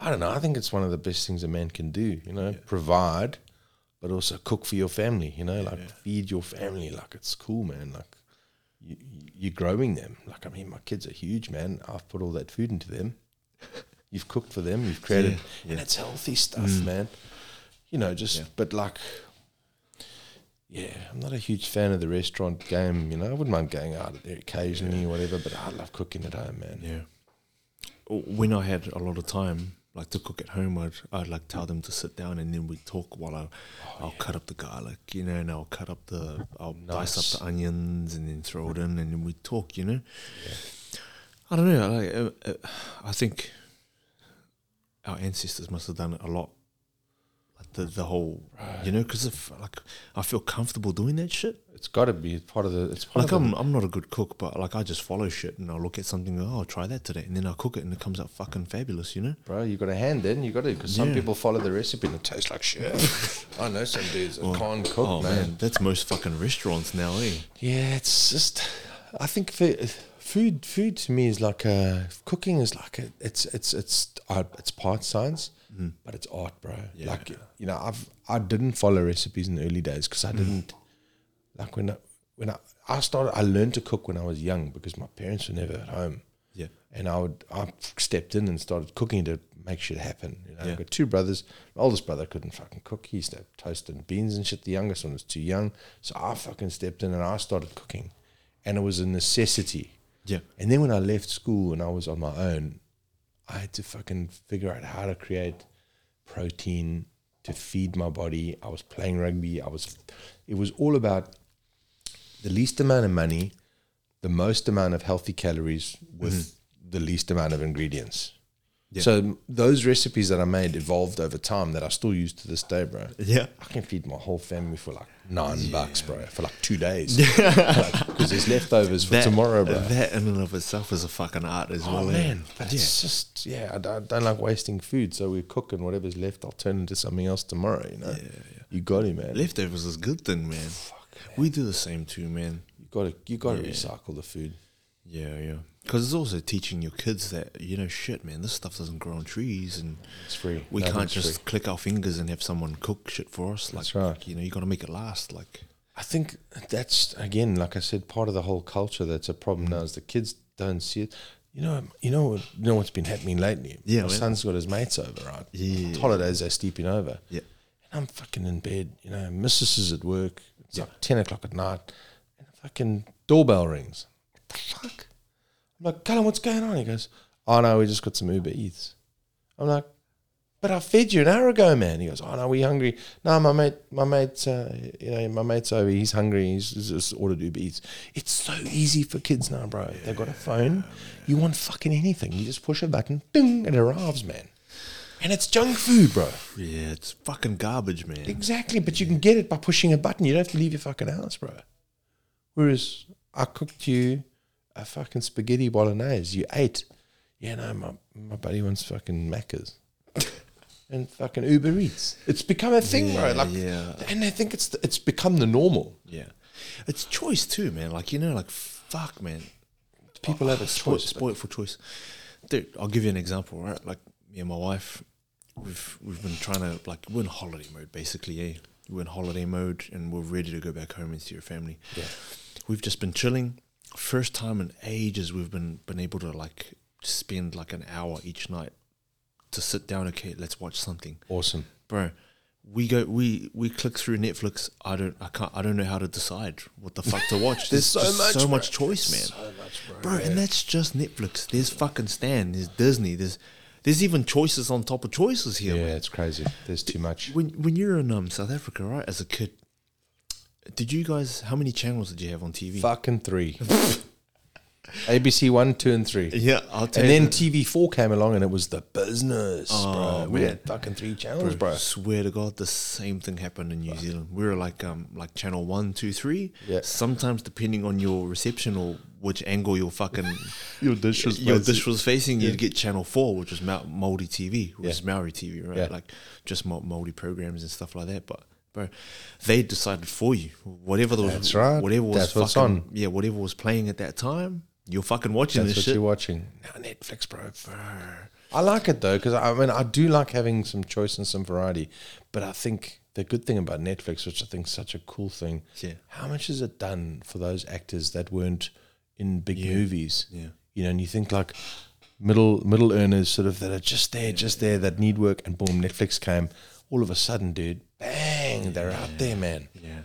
[SPEAKER 1] I don't know. I think it's one of the best things a man can do. You know, provide, but also cook for your family. You know, like feed your family. Like it's cool, man. Like you, you- you're growing them. Like I mean, my kids are huge, man. I've put all that food into them. You've cooked for them. You've created, and it's healthy stuff, man. You know, just but like. Yeah, I'm not a huge fan of the restaurant game. You know, I wouldn't mind going out there occasionally or whatever, but I love cooking at home, man.
[SPEAKER 2] Yeah. When I had a lot of time, like to cook at home, I'd, I'd like tell them to sit down and then we'd talk while I, I'll cut up the garlic, you know, and I'll cut up the, I'll dice up the onions and then throw it in and then we'd talk, you know. I don't know. Like, uh, uh, I think our ancestors must have done it a lot. Like the, the whole, you know, because if like I feel comfortable doing that shit,
[SPEAKER 1] It's got to be it's part of the. It's part
[SPEAKER 2] like
[SPEAKER 1] of the,
[SPEAKER 2] I'm, I'm not a good cook, but like I just follow shit and I'll look at something. And go, oh, I'll try that today, and then I cook it and it comes out fucking fabulous, you know.
[SPEAKER 1] bro. You got a hand in. You got to because some
[SPEAKER 2] Yeah.
[SPEAKER 1] people follow the recipe and it tastes like shit. I know some dudes that can't cook,
[SPEAKER 2] Oh
[SPEAKER 1] man.
[SPEAKER 2] man. that's most fucking restaurants now, eh?
[SPEAKER 1] Yeah, it's just. I think for, food, food to me is like a cooking is like a, it's it's it's art, it's part science,
[SPEAKER 2] Mm.
[SPEAKER 1] but it's art, bro. Like you know, I've I didn't follow recipes in the early days because
[SPEAKER 2] Mm.
[SPEAKER 1] I didn't like when I, when I I started I learned to cook when I was young because my parents were never at home.
[SPEAKER 2] Yeah,
[SPEAKER 1] and I would I stepped in and started cooking to make shit happen. You know,
[SPEAKER 2] Yeah.
[SPEAKER 1] I've got two brothers. My oldest brother couldn't fucking cook. He used to have toast and beans and shit. The youngest one was too young, so I fucking stepped in and I started cooking, and it was a necessity.
[SPEAKER 2] yeah,
[SPEAKER 1] And then when I left school and I was on my own, I had to fucking figure out how to create protein to feed my body. I was playing rugby. I was, it was all about the least amount of money, the most amount of healthy calories with the least amount of ingredients.
[SPEAKER 2] Mm-hmm. Yeah.
[SPEAKER 1] So those recipes that I made evolved over time that I still use to this day, bro.
[SPEAKER 2] Yeah.
[SPEAKER 1] I can feed my whole family for like nine
[SPEAKER 2] Yeah.
[SPEAKER 1] bucks, bro, for like two days. Because there's leftovers for tomorrow, bro.
[SPEAKER 2] That in and of itself is a fucking art as
[SPEAKER 1] oh
[SPEAKER 2] well. eh?
[SPEAKER 1] man, that's
[SPEAKER 2] Yeah.
[SPEAKER 1] just yeah. I don't, don't like wasting food, so we cook and whatever's left, I'll turn into something else tomorrow. You know, you got it, man.
[SPEAKER 2] Leftovers is a good thing, man. We do the same too, man.
[SPEAKER 1] You got to you got to
[SPEAKER 2] Yeah.
[SPEAKER 1] recycle the food.
[SPEAKER 2] Yeah, yeah. Because it's also teaching your kids that, you know, shit, man, this stuff doesn't grow on trees and
[SPEAKER 1] It's free.
[SPEAKER 2] we can't
[SPEAKER 1] Nothing's
[SPEAKER 2] just
[SPEAKER 1] free.
[SPEAKER 2] click our fingers and have someone cook shit for us. Like,
[SPEAKER 1] That's right.
[SPEAKER 2] you know, you got to make it last. Like,
[SPEAKER 1] I think that's again, like I said, part of the whole culture that's a problem now is the kids don't see it. You know, you know, what- you know what's been happening lately.
[SPEAKER 2] Yeah,
[SPEAKER 1] my
[SPEAKER 2] man.
[SPEAKER 1] son's got his mates over, right?
[SPEAKER 2] Yeah.
[SPEAKER 1] It's holidays, they're sleeping over.
[SPEAKER 2] Yeah.
[SPEAKER 1] And I'm fucking in bed, you know, missus is at work. It's like 10 o'clock at night. And the fucking doorbell rings. What the fuck? I'm like, Callum, what's going on? He goes, Oh, no, we just got some Uber Eats. I'm like, but I fed you an hour ago, man. He goes, oh, no, we hungry. No, my mate, my mate, uh, you know, my mate's over. He's hungry. He's, he's just ordered Uber Eats. It's so easy for kids now, bro. They've got a phone. You want fucking anything. You just push a button, ding, it arrives, man. And it's junk food, bro.
[SPEAKER 2] yeah, it's fucking garbage, man.
[SPEAKER 1] Exactly, but you can get it by pushing a button. You don't have to leave your fucking house, bro. Whereas I cooked you a fucking spaghetti bolognese. You ate. Yeah, no, my, my buddy wants fucking Macca's and fucking Uber Eats. It's become a thing,
[SPEAKER 2] Yeah,
[SPEAKER 1] bro. Like,
[SPEAKER 2] yeah.
[SPEAKER 1] and I think it's it's become the normal.
[SPEAKER 2] Yeah. It's choice too, man. Like, you know, like, fuck, man.
[SPEAKER 1] People have a
[SPEAKER 2] Spoil,
[SPEAKER 1] choice.
[SPEAKER 2] spoil for choice. Dude, I'll give you an example, right? Like, me and my wife, we've we've been trying to, like, we're in holiday mode, basically, eh? We're in holiday mode and we're ready to go back home and see your family.
[SPEAKER 1] Yeah.
[SPEAKER 2] We've just been chilling. First time in ages we've been, been able to, like, spend, like, an hour each night to sit down, okay, let's watch something
[SPEAKER 1] Awesome.
[SPEAKER 2] bro we go we we click through netflix i don't i can't i don't know how to decide what the fuck to watch
[SPEAKER 1] There's so
[SPEAKER 2] just
[SPEAKER 1] much,
[SPEAKER 2] so
[SPEAKER 1] bro.
[SPEAKER 2] much choice man
[SPEAKER 1] So much, bro.
[SPEAKER 2] bro and that's just netflix there's fucking stan there's disney there's there's even choices on top of choices here
[SPEAKER 1] Yeah,
[SPEAKER 2] man.
[SPEAKER 1] it's crazy. There's too much.
[SPEAKER 2] when when you're in um south africa right as a kid did you guys how many channels did you have on tv
[SPEAKER 1] Fucking three. ABC one, two, and three.
[SPEAKER 2] yeah i'll tell
[SPEAKER 1] And
[SPEAKER 2] you
[SPEAKER 1] then
[SPEAKER 2] that.
[SPEAKER 1] TV4 came along and it was the business,
[SPEAKER 2] Oh,
[SPEAKER 1] bro. We
[SPEAKER 2] man.
[SPEAKER 1] had fucking three channels, bro.
[SPEAKER 2] Swear to God, the same thing happened in New Zealand. We were like, um, like channel one, two, three.
[SPEAKER 1] Yeah.
[SPEAKER 2] Sometimes depending on your reception or which angle your fucking
[SPEAKER 1] Your dish was
[SPEAKER 2] your
[SPEAKER 1] fancy.
[SPEAKER 2] dish was facing, you'd get channel four, which was Ma- Maori TV, which
[SPEAKER 1] Yeah.
[SPEAKER 2] is Maori TV, right?
[SPEAKER 1] Yeah.
[SPEAKER 2] Like just Ma- Maori programs and stuff like that. But bro, they decided for you whatever was
[SPEAKER 1] That's right.
[SPEAKER 2] whatever was
[SPEAKER 1] That's
[SPEAKER 2] fucking
[SPEAKER 1] what's on.
[SPEAKER 2] yeah whatever was playing at that time. You're fucking watching
[SPEAKER 1] That's
[SPEAKER 2] this
[SPEAKER 1] what
[SPEAKER 2] shit.
[SPEAKER 1] you're watching. Now Netflix, bro. I like it though, because I mean, I do like having some choice and some variety. But I think the good thing about Netflix, which I think is such a cool thing,
[SPEAKER 2] Yeah.
[SPEAKER 1] how much has it done for those actors that weren't in big movies?
[SPEAKER 2] Yeah.
[SPEAKER 1] You know, and you think like middle middle earners sort of that are just there, just there, that need work, and boom, Netflix came. All of a sudden, dude, bang, they're out there, man.
[SPEAKER 2] Yeah.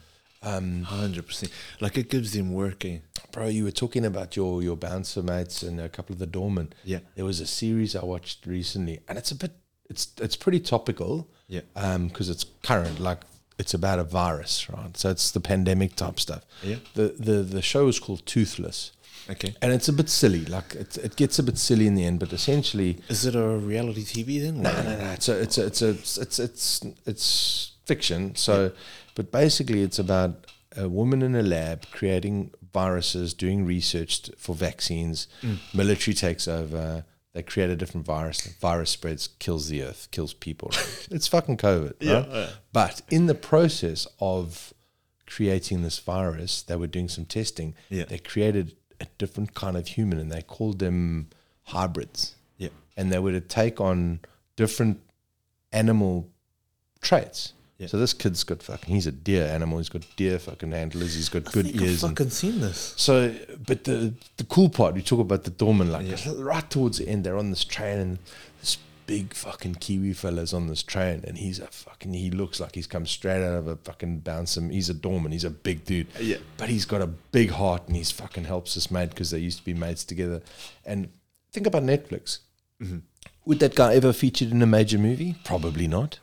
[SPEAKER 2] Um, hundred percent. Like it gives them work. Eh?
[SPEAKER 1] Bro, you were talking about your your bouncer mates and a couple of the doormen.
[SPEAKER 2] Yeah.
[SPEAKER 1] There was a series I watched recently, and it's a bit it's it's pretty topical.
[SPEAKER 2] Yeah.
[SPEAKER 1] Um, because it's current, like it's about a virus, right? So it's the pandemic type stuff.
[SPEAKER 2] Yeah.
[SPEAKER 1] The the the show is called Toothless,
[SPEAKER 2] Okay.
[SPEAKER 1] and it's a bit silly. Like it it gets a bit silly in the end, but essentially,
[SPEAKER 2] Is it a reality TV then?
[SPEAKER 1] no, no, no. It's a, it's a, it's a, it's it's it's, it's fiction. So, but basically, it's about a woman in a lab creating viruses, doing research t- for vaccines. Military takes over. They create a different virus. The virus spreads, kills the earth, kills people. right? it's fucking COVID. right? But in the process of creating this virus, they were doing some testing.
[SPEAKER 2] Yeah.
[SPEAKER 1] They created a different kind of human, and they called them hybrids
[SPEAKER 2] Yeah.
[SPEAKER 1] and they were to take on different animal traits.
[SPEAKER 2] Yeah.
[SPEAKER 1] So this kid's got fucking, he's a deer animal. He's got deer fucking handlers. He's got good
[SPEAKER 2] I think
[SPEAKER 1] ears.
[SPEAKER 2] I've
[SPEAKER 1] And
[SPEAKER 2] fucking seen this.
[SPEAKER 1] so, but the the cool part, you talk about the doorman, like
[SPEAKER 2] Yeah.
[SPEAKER 1] right towards the end, they're on this train and this big fucking Kiwi fella's on this train and he's a fucking, he looks like he's come straight out of a fucking bouncer. He's a doorman. He's a big dude.
[SPEAKER 2] Uh, Yeah.
[SPEAKER 1] But he's got a big heart and he's fucking helps this mate because they used to be mates together. And think about Netflix.
[SPEAKER 2] Mm-hmm.
[SPEAKER 1] Would that guy ever featured in a major movie? Probably not.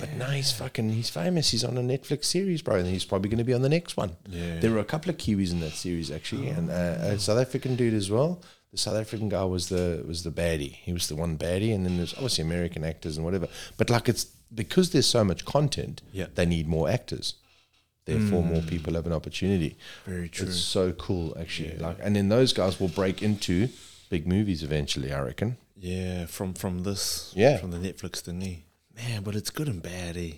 [SPEAKER 1] But now he's fucking he's famous. He's on a Netflix series, bro, and he's probably going to be on the next one.
[SPEAKER 2] Yeah.
[SPEAKER 1] There were a couple of Kiwis in that series actually, and uh, a South African dude as well. the South African guy was the was the baddie. He was the one baddie, and then there's obviously American actors and whatever. But like it's because there's so much content,
[SPEAKER 2] Yeah.
[SPEAKER 1] they need more actors. Therefore, more people have an opportunity.
[SPEAKER 2] Very true.
[SPEAKER 1] It's so cool, actually. Like, and then those guys will break into big movies eventually. I reckon.
[SPEAKER 2] Yeah, from from this.
[SPEAKER 1] Yeah.
[SPEAKER 2] From the Netflix thingy. Man, but it's good and bad, eh?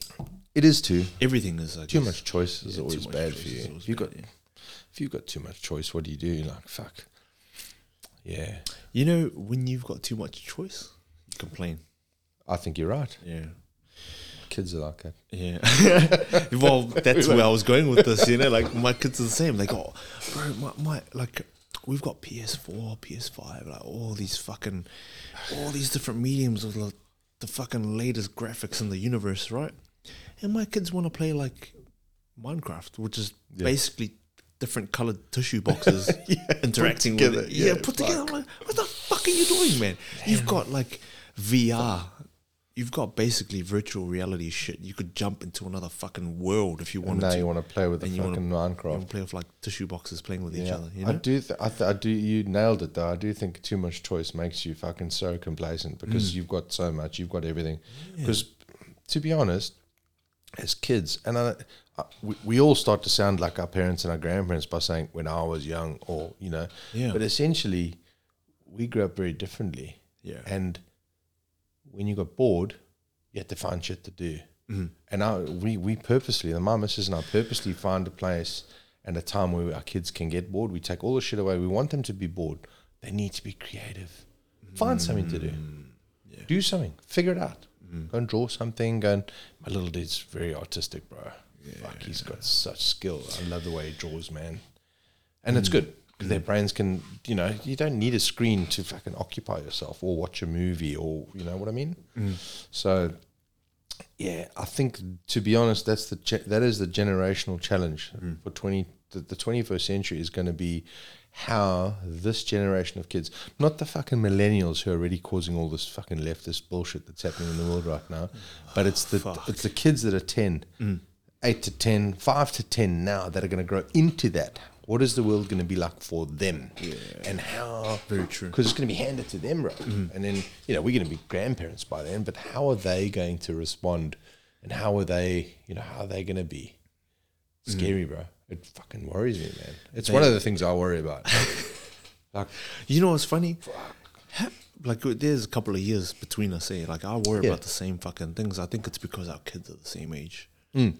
[SPEAKER 1] It is too.
[SPEAKER 2] Everything is like
[SPEAKER 1] Too much choice is
[SPEAKER 2] Yeah, too
[SPEAKER 1] always
[SPEAKER 2] much
[SPEAKER 1] bad
[SPEAKER 2] choice
[SPEAKER 1] for
[SPEAKER 2] is
[SPEAKER 1] you.
[SPEAKER 2] always
[SPEAKER 1] If you
[SPEAKER 2] bad,
[SPEAKER 1] got
[SPEAKER 2] yeah.
[SPEAKER 1] if you got too much choice, what do you do? You're like fuck. Yeah,
[SPEAKER 2] You know, when you've got too much choice, you complain.
[SPEAKER 1] I think you're right.
[SPEAKER 2] Yeah.
[SPEAKER 1] Kids are like that.
[SPEAKER 2] Yeah. well, that's where I was going with this, you know, like my kids are the same. Like, oh, bro, my, my like we've got PS4, PS5, like all these fucking all these different mediums with like, the fucking latest graphics in the universe, right? And my kids want to play like Minecraft, which is
[SPEAKER 1] Yeah.
[SPEAKER 2] basically different colored tissue boxes interacting
[SPEAKER 1] together,
[SPEAKER 2] with it. Yeah,
[SPEAKER 1] yeah,
[SPEAKER 2] put together. I'm like, what the fuck are you doing, man? You've got like VR. You've got basically virtual reality shit. You could jump into another fucking world if you
[SPEAKER 1] And
[SPEAKER 2] wanted
[SPEAKER 1] now
[SPEAKER 2] to.
[SPEAKER 1] you want to play with the
[SPEAKER 2] and you wanna-
[SPEAKER 1] fucking
[SPEAKER 2] You
[SPEAKER 1] Minecraft.
[SPEAKER 2] can play with like tissue boxes playing with each
[SPEAKER 1] Yeah.
[SPEAKER 2] other. You
[SPEAKER 1] I
[SPEAKER 2] know?
[SPEAKER 1] do. Th- I, th- I do. You nailed it though. I do think too much choice makes you fucking so complacent
[SPEAKER 2] Mm.
[SPEAKER 1] because you've got so much. You've got everything. Because to be honest, as kids, and I, I, we, we all start to sound like our parents and our grandparents by saying when I was young, or you know.
[SPEAKER 2] Yeah.
[SPEAKER 1] But essentially, we grew up very differently,
[SPEAKER 2] yeah.
[SPEAKER 1] and when you got bored, you had to find shit to do.
[SPEAKER 2] Mm.
[SPEAKER 1] And I, we, we purposely, the my missus and I purposely find a place and a time where our kids can get bored. We take all the shit away. We want them to be bored. They need to be creative. Find something to do. Do something. Figure it out. Go and draw something. Go and, my little dude's very artistic, bro. Fuck, he's got such skill. I love the way he draws, man. And it's good because their brains can, you know, you don't need a screen to fucking occupy yourself or watch a movie or, you know what I mean? So yeah, I think to be honest, that's the ge- that is the generational challenge for twenty the, the twenty first century is going to be how this generation of kids, not the fucking millennials who are already causing all this fucking leftist bullshit that's happening in the world right now, but it's the it's the kids that are ten,
[SPEAKER 2] Mm.
[SPEAKER 1] eight to 10, 5 to ten now that are going to grow into that. What is the world going to be like for them, and how?
[SPEAKER 2] Very true. Mm-hmm.
[SPEAKER 1] because it's going to be handed to them, right? And then you know we're going to be grandparents by then, but how are they going to respond? And how are they, you know, how are they going to be?
[SPEAKER 2] Mm-hmm.
[SPEAKER 1] Scary, bro. It fucking worries me, man. It's one of the things I worry about. like,
[SPEAKER 2] You know what's funny? Ha- Like uh, there's a couple of years between us, eh? Like I worry
[SPEAKER 1] Yeah.
[SPEAKER 2] about the same fucking things. I think it's because our kids are the same age, and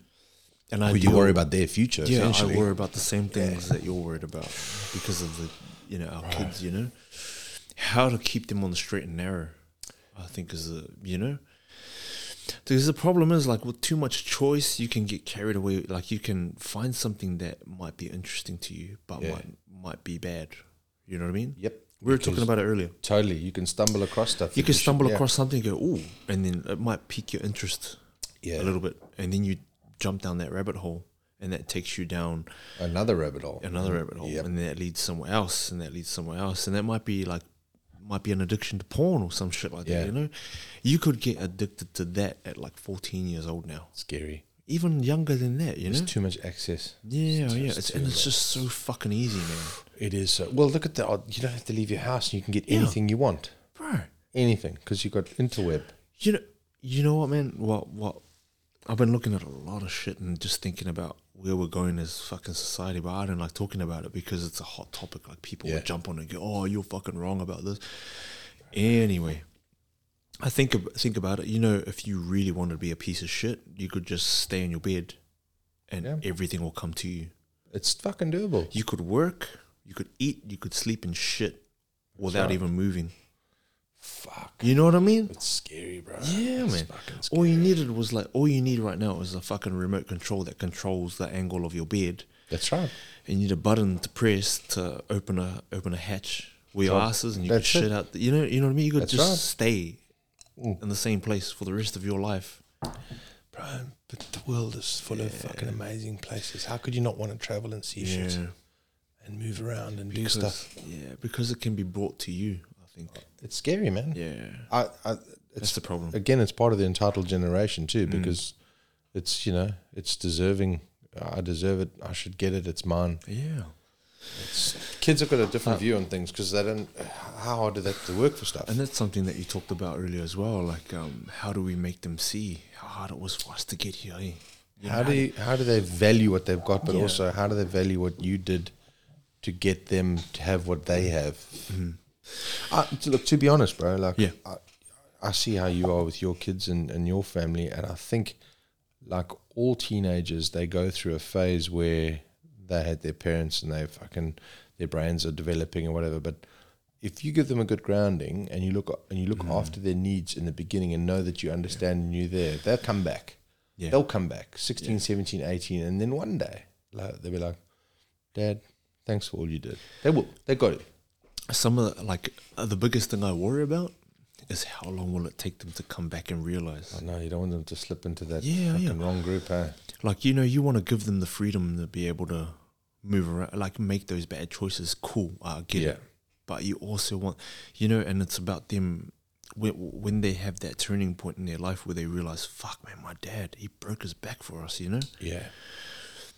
[SPEAKER 2] I
[SPEAKER 1] Hmm. well, you
[SPEAKER 2] do-
[SPEAKER 1] worry about their future.
[SPEAKER 2] Yeah, I
[SPEAKER 1] essentially.
[SPEAKER 2] worry about the same things that you're worried about because of the, you know, our kids. You know, how to keep them on the straight and narrow. I think is the you know, because the problem is like with too much choice, you can get carried away. Like you can find something that might be interesting to you, but
[SPEAKER 1] Yeah.
[SPEAKER 2] might might be bad. You know what I mean?
[SPEAKER 1] Yep.
[SPEAKER 2] We were
[SPEAKER 1] Because-
[SPEAKER 2] talking about it earlier.
[SPEAKER 1] Totally, you can stumble across stuff.
[SPEAKER 2] You
[SPEAKER 1] that
[SPEAKER 2] can
[SPEAKER 1] should-
[SPEAKER 2] stumble
[SPEAKER 1] yeah.
[SPEAKER 2] across something and go, ooh, and then it might pique your interest
[SPEAKER 1] Yeah.
[SPEAKER 2] a little bit. And then you jump down that rabbit hole and that takes you down
[SPEAKER 1] another rabbit hole.
[SPEAKER 2] another rabbit hole.
[SPEAKER 1] Mm, Yep.
[SPEAKER 2] And that leads somewhere else and that leads somewhere else. And that might be like, might be an addiction to porn or some shit like
[SPEAKER 1] Yeah.
[SPEAKER 2] that, you know? You could get addicted to that at like 14 years old now.
[SPEAKER 1] Scary.
[SPEAKER 2] Even younger than that, you know?
[SPEAKER 1] There's too much access.
[SPEAKER 2] yeah,
[SPEAKER 1] it's
[SPEAKER 2] yeah.
[SPEAKER 1] just
[SPEAKER 2] It's,
[SPEAKER 1] too
[SPEAKER 2] and it's
[SPEAKER 1] much.
[SPEAKER 2] just so fucking easy, man.
[SPEAKER 1] It is. So, well, look at the. You don't have to leave your house, and you can get
[SPEAKER 2] Yeah.
[SPEAKER 1] anything you want.
[SPEAKER 2] Bro.
[SPEAKER 1] Anything, because you've got interweb.
[SPEAKER 2] You know, you know what, man. What, what? I've been looking at a lot of shit and just thinking about where we're going as fucking society, but I don't like talking about it because it's a hot topic. Like people
[SPEAKER 1] Yeah.
[SPEAKER 2] will jump on and go, "Oh, you're fucking wrong about this." Anyway, I think ab- think about it. You know, if you really wanted to be a piece of shit, you could just stay in your bed, and
[SPEAKER 1] Yeah.
[SPEAKER 2] everything will come to you.
[SPEAKER 1] It's fucking doable.
[SPEAKER 2] You could work, you could eat, you could sleep and shit without
[SPEAKER 1] right.
[SPEAKER 2] even moving.
[SPEAKER 1] Fuck.
[SPEAKER 2] You know what I mean?
[SPEAKER 1] It's scary, bro.
[SPEAKER 2] Yeah,
[SPEAKER 1] it's
[SPEAKER 2] man.
[SPEAKER 1] Fucking
[SPEAKER 2] All you needed was like all you need right now is a fucking remote control that controls the angle of your bed.
[SPEAKER 1] That's right.
[SPEAKER 2] And you need a button to press to open a open a hatch with your
[SPEAKER 1] Right.
[SPEAKER 2] asses, and you could
[SPEAKER 1] That's it.
[SPEAKER 2] shit out. The, you know, you know what I mean. You could
[SPEAKER 1] That's
[SPEAKER 2] just
[SPEAKER 1] right. Mm.
[SPEAKER 2] stay in the same place for the rest of your life.
[SPEAKER 1] Bro, but the world is full of fucking amazing places. How could you not want to travel and see shit and move around and do stuff?
[SPEAKER 2] because, yeah, because it can be brought to you. I think.
[SPEAKER 1] It's scary, man.
[SPEAKER 2] Yeah,
[SPEAKER 1] I, I,
[SPEAKER 2] that's
[SPEAKER 1] it's
[SPEAKER 2] the Mm. problem.
[SPEAKER 1] again, it's part of the entitled generation too, because it's you know, it's deserving. I deserve it. I should get it. It's mine.
[SPEAKER 2] Yeah,
[SPEAKER 1] It's, kids have got a different view on things because they don't. How hard do they have to work for stuff?
[SPEAKER 2] And that's something that you talked about earlier as well. Like, um, how do we make them see how hard it was for us to get here? Eh? You know,
[SPEAKER 1] how do you, how do they value what they've got, but
[SPEAKER 2] Yeah.
[SPEAKER 1] also how do they value what you did to get them to have what
[SPEAKER 2] Mm.
[SPEAKER 1] they have? I, to look, to be honest, bro, like
[SPEAKER 2] Mm-hmm. Yeah.
[SPEAKER 1] I, I see how you are with your kids and, and your family, and I think like all teenagers, they go through a phase where they had their parents and they fucking their brains are developing or whatever, but. If you give them a good grounding and you look and you look
[SPEAKER 2] Mm.
[SPEAKER 1] after their needs in the beginning and know that you understand and you're there, they'll come back
[SPEAKER 2] yeah,
[SPEAKER 1] they'll come back 16 17 18 and then one day like, they'll be like dad thanks for all you did they will they got it
[SPEAKER 2] some of the, like uh, the biggest thing I worry about is how long will it take them to come back and
[SPEAKER 1] i
[SPEAKER 2] realize?
[SPEAKER 1] know you don't want them to slip into that
[SPEAKER 2] Yeah, yeah.
[SPEAKER 1] fucking wrong group huh
[SPEAKER 2] Like you know, you want to give them the freedom to be able to move around, like make those bad choices. Cool, I get
[SPEAKER 1] yeah
[SPEAKER 2] it. But you also want, you know, and it's about them when, when they have that turning point in their life where they realize, fuck, man, my dad, he broke his back for us, you know.
[SPEAKER 1] yeah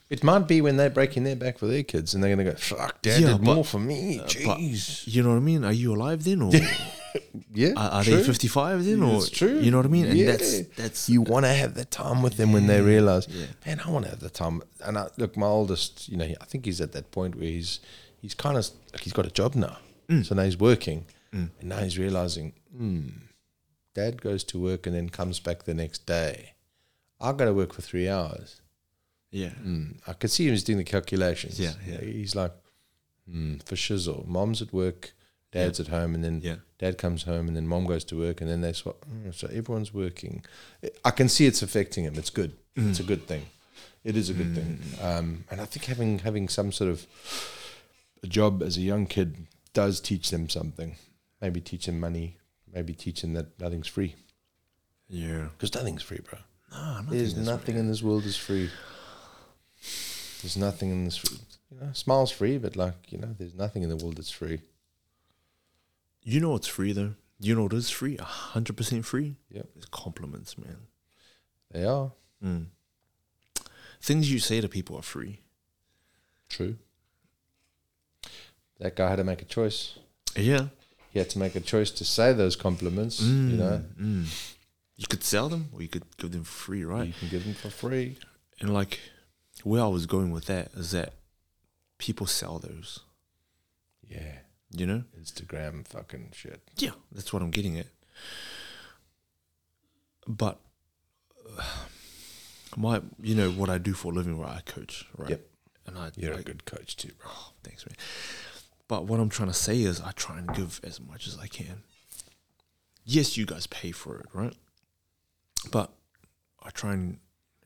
[SPEAKER 1] it might be when they're breaking their back for their kids and they're going to go fuck dad
[SPEAKER 2] Yeah,
[SPEAKER 1] did
[SPEAKER 2] but-
[SPEAKER 1] more for me
[SPEAKER 2] but-
[SPEAKER 1] jeez
[SPEAKER 2] You know what I mean? Are you alive then, or
[SPEAKER 1] yeah
[SPEAKER 2] are, are
[SPEAKER 1] true.
[SPEAKER 2] they fifty five then, or
[SPEAKER 1] It's true.
[SPEAKER 2] You know what I mean? And
[SPEAKER 1] Yeah.
[SPEAKER 2] that's that's
[SPEAKER 1] you want to have the time with them when they realize,
[SPEAKER 2] yeah.
[SPEAKER 1] man, I want to have the time. And I, look, my oldest, you know, I think he's at that point where he's he's kind of like he's got a job now,
[SPEAKER 2] Mm.
[SPEAKER 1] so now he's working, and now he's realizing, hmm, dad goes to work and then comes back the next day. I've got to work for three hours.
[SPEAKER 2] yeah.
[SPEAKER 1] Mm. I could see him just doing the calculations.
[SPEAKER 2] Yeah, yeah.
[SPEAKER 1] He's like, mm, for shizzle. Mom's at work, dad's at home, and then
[SPEAKER 2] Yeah.
[SPEAKER 1] dad comes home, and then mom goes to work, and then they swap. Mm, so everyone's working. I can see it's affecting him. It's good. It's a good thing. It is a good thing. Um, and I think having having some sort of a job as a young kid does teach them something. Maybe teach them money. Maybe teach them that nothing's free
[SPEAKER 2] Yeah.
[SPEAKER 1] because nothing's free, bro.
[SPEAKER 2] No,
[SPEAKER 1] There's nothing in this world is free. There's nothing in this. You know, smiles free, but like you know, there's nothing in the world that's free.
[SPEAKER 2] You know it's free though. You know it is free, hundred percent free.
[SPEAKER 1] Yep.
[SPEAKER 2] it's compliments, man.
[SPEAKER 1] They are
[SPEAKER 2] Mm. Things you say to people are free.
[SPEAKER 1] true. That guy had to make a choice.
[SPEAKER 2] Yeah,
[SPEAKER 1] He had to make a choice to say those compliments. You know,
[SPEAKER 2] mm. you could sell them or you could give them for free, right?
[SPEAKER 1] you can give them for free.
[SPEAKER 2] And like where I was going with that is that people sell those.
[SPEAKER 1] Yeah,
[SPEAKER 2] You know?
[SPEAKER 1] Instagram fucking shit.
[SPEAKER 2] Yeah, that's what I'm getting at. But uh, my, you know, what I do for a living, right? I coach, right?
[SPEAKER 1] Yep.
[SPEAKER 2] And I,
[SPEAKER 1] You're
[SPEAKER 2] I-
[SPEAKER 1] a good coach too, bro.
[SPEAKER 2] Oh, thanks, man. But what I'm trying to say is, I try and give as much as I can. Yes, you guys pay for it, right? But I try and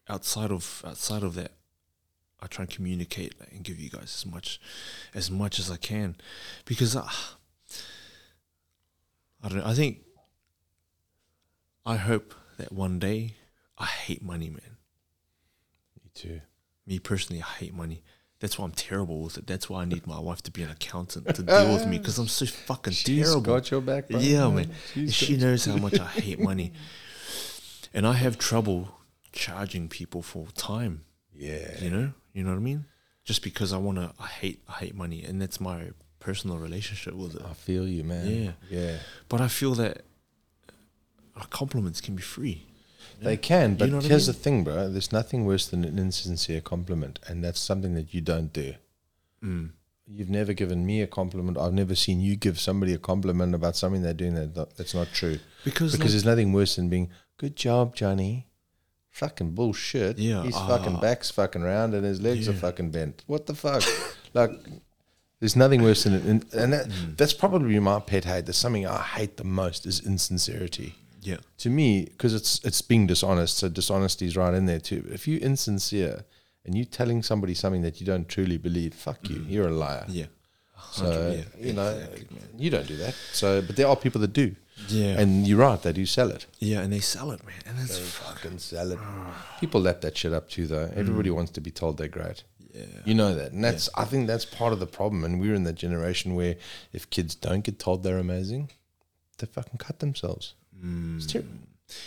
[SPEAKER 2] outside of outside of that, I try and communicate like, and give you guys as much as much as I can, because I, I don't know. I think I hope that one day I hate money, man
[SPEAKER 1] Me too.
[SPEAKER 2] me personally, I hate money. That's why I'm terrible with it. That's why I need my wife to be an accountant to deal with me because I'm so fucking
[SPEAKER 1] She's
[SPEAKER 2] terrible.
[SPEAKER 1] got your back, bro.
[SPEAKER 2] yeah, man.
[SPEAKER 1] She's
[SPEAKER 2] She knows how much I hate money. And I have trouble charging people for time,
[SPEAKER 1] Yeah.
[SPEAKER 2] you know? You know what I mean? Just because I want to, I hate, I hate money. And that's my personal relationship with it.
[SPEAKER 1] I feel you, man.
[SPEAKER 2] Yeah.
[SPEAKER 1] Yeah.
[SPEAKER 2] But I feel that uh, compliments can be free.
[SPEAKER 1] They can, but
[SPEAKER 2] know what I
[SPEAKER 1] here's
[SPEAKER 2] mean?
[SPEAKER 1] the thing, bro. There's nothing worse than an insincere compliment, and that's something that you don't do.
[SPEAKER 2] Mm.
[SPEAKER 1] You've never given me a compliment. I've never seen you give somebody a compliment about something they're doing that not, that's not true.
[SPEAKER 2] Because,
[SPEAKER 1] because
[SPEAKER 2] like,
[SPEAKER 1] there's nothing worse than being, "Good job, Johnny." Fucking bullshit.
[SPEAKER 2] Yeah,
[SPEAKER 1] his
[SPEAKER 2] ah.
[SPEAKER 1] fucking back's fucking round and his legs are
[SPEAKER 2] Yeah.
[SPEAKER 1] fucking bent. What the fuck? like, there's nothing worse than it, and, and that,
[SPEAKER 2] Mm.
[SPEAKER 1] that's probably my pet hate. There's something I hate the most is insincerity
[SPEAKER 2] yeah,
[SPEAKER 1] to me because it's it's being dishonest so dishonesty is right in there too if you're insincere and you're telling somebody something that you don't truly believe fuck you you're a liar
[SPEAKER 2] yeah.
[SPEAKER 1] so
[SPEAKER 2] Mm. yeah,
[SPEAKER 1] you know
[SPEAKER 2] exactly, man.
[SPEAKER 1] you don't do that so but there are people that do
[SPEAKER 2] Yeah.
[SPEAKER 1] and you're right they do sell it
[SPEAKER 2] Yeah, and they sell it, man. And that's
[SPEAKER 1] fucking sell it people lap that shit up too though everybody wants to be told they're great
[SPEAKER 2] Mm. yeah.
[SPEAKER 1] you know that, and that's I think that's part of the problem. And we're in that generation where if kids don't get told they're amazing, they fucking cut themselves.
[SPEAKER 2] Hmm. Mm.
[SPEAKER 1] It's terrible.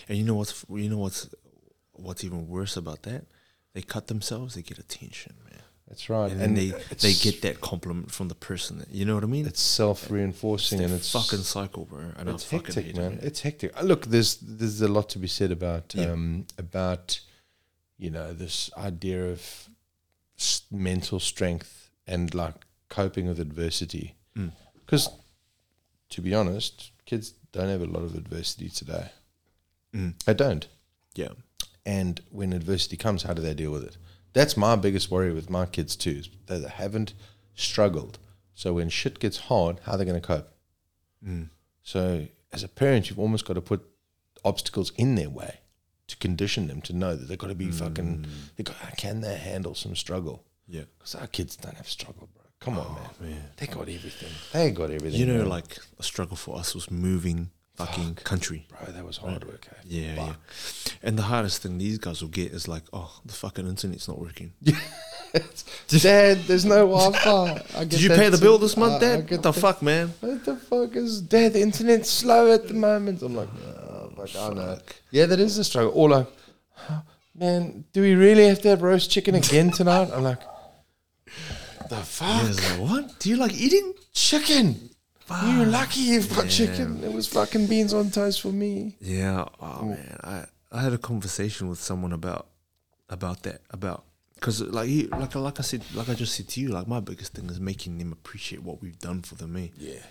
[SPEAKER 2] And you know what's you know what's what's even worse about that? They cut themselves. They get attention, man.
[SPEAKER 1] That's right.
[SPEAKER 2] and, they they get that compliment from the person. You know what I mean?
[SPEAKER 1] it's self reinforcing
[SPEAKER 2] that
[SPEAKER 1] and it's
[SPEAKER 2] fucking cycle, bro. And
[SPEAKER 1] it's
[SPEAKER 2] I fucking
[SPEAKER 1] hectic,
[SPEAKER 2] hate
[SPEAKER 1] man.
[SPEAKER 2] it.
[SPEAKER 1] It's hectic. Uh, Look, there's there's a lot to be said about
[SPEAKER 2] Yeah.
[SPEAKER 1] um, about you know this idea of s- mental strength and like coping with adversity.
[SPEAKER 2] Mm.
[SPEAKER 1] Because to be honest, kids don't have a lot of adversity today.
[SPEAKER 2] Mm.
[SPEAKER 1] They don't.
[SPEAKER 2] Yeah.
[SPEAKER 1] And when adversity comes, how do they deal with it? That's my biggest worry with my kids too. Is that they haven't struggled. So when shit gets hard, how are they going to cope?
[SPEAKER 2] Mm.
[SPEAKER 1] So as a parent, you've almost got to put obstacles in their way to condition them to know that they've got to be
[SPEAKER 2] Hmm.
[SPEAKER 1] fucking. They got, "Ah, can they handle some struggle?
[SPEAKER 2] Yeah.
[SPEAKER 1] Because our kids don't have struggle, bro. Come on, man.
[SPEAKER 2] Man.
[SPEAKER 1] They got everything. They got everything.
[SPEAKER 2] You know,
[SPEAKER 1] bro.
[SPEAKER 2] like a struggle for us was moving fucking country.
[SPEAKER 1] bro, that was hard work. eh?
[SPEAKER 2] uh, Yeah, yeah.
[SPEAKER 1] Fuck.
[SPEAKER 2] And the hardest thing these guys will get is like, oh, the fucking internet's not working.
[SPEAKER 1] Dad, there's no Wi-Fi. I get
[SPEAKER 2] Did you
[SPEAKER 1] that
[SPEAKER 2] pay the
[SPEAKER 1] too. Uh,
[SPEAKER 2] bill this
[SPEAKER 1] I- I
[SPEAKER 2] month, Dad?
[SPEAKER 1] get
[SPEAKER 2] What Uh, the fuck, man?
[SPEAKER 1] What the fuck is Dad? The internet's slow at the moment. I'm like, oh, fuck, I know. Yeah, that is a struggle. Or like, "Oh, man, do we really have to have roast chicken again tonight? I'm like, the fuck?
[SPEAKER 2] Yeah, it's like, what? Do you like eating?
[SPEAKER 1] Chicken? You're lucky you've got chicken. It was fucking beans on toast for me.
[SPEAKER 2] Yeah. Oh man, I I had a conversation with someone about about that about because like you like like I said like I just said to you like my biggest thing is making them appreciate what we've done for them. Eh?
[SPEAKER 1] Yeah.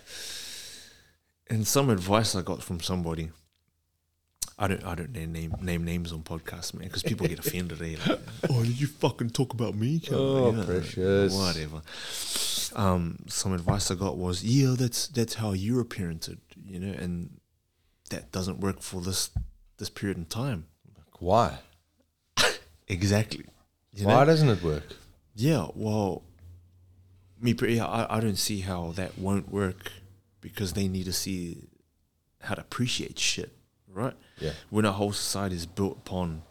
[SPEAKER 2] And some advice I got from somebody. I don't I don't name name, name names on podcasts, man, because people get offended. Eh? Like, oh, did you fucking talk about me? cunt?"
[SPEAKER 1] Oh,
[SPEAKER 2] You know,
[SPEAKER 1] precious.
[SPEAKER 2] Whatever. Um, some advice I got was, yeah, that's that's how you were parented, you know, and that doesn't work for this this period in time.
[SPEAKER 1] Why?
[SPEAKER 2] Exactly. You
[SPEAKER 1] Why
[SPEAKER 2] know?
[SPEAKER 1] doesn't it work?
[SPEAKER 2] Yeah. Well, me, per- yeah, I, I don't see how that won't work because they need to see how to appreciate shit, right?
[SPEAKER 1] Yeah.
[SPEAKER 2] When our whole society is built upon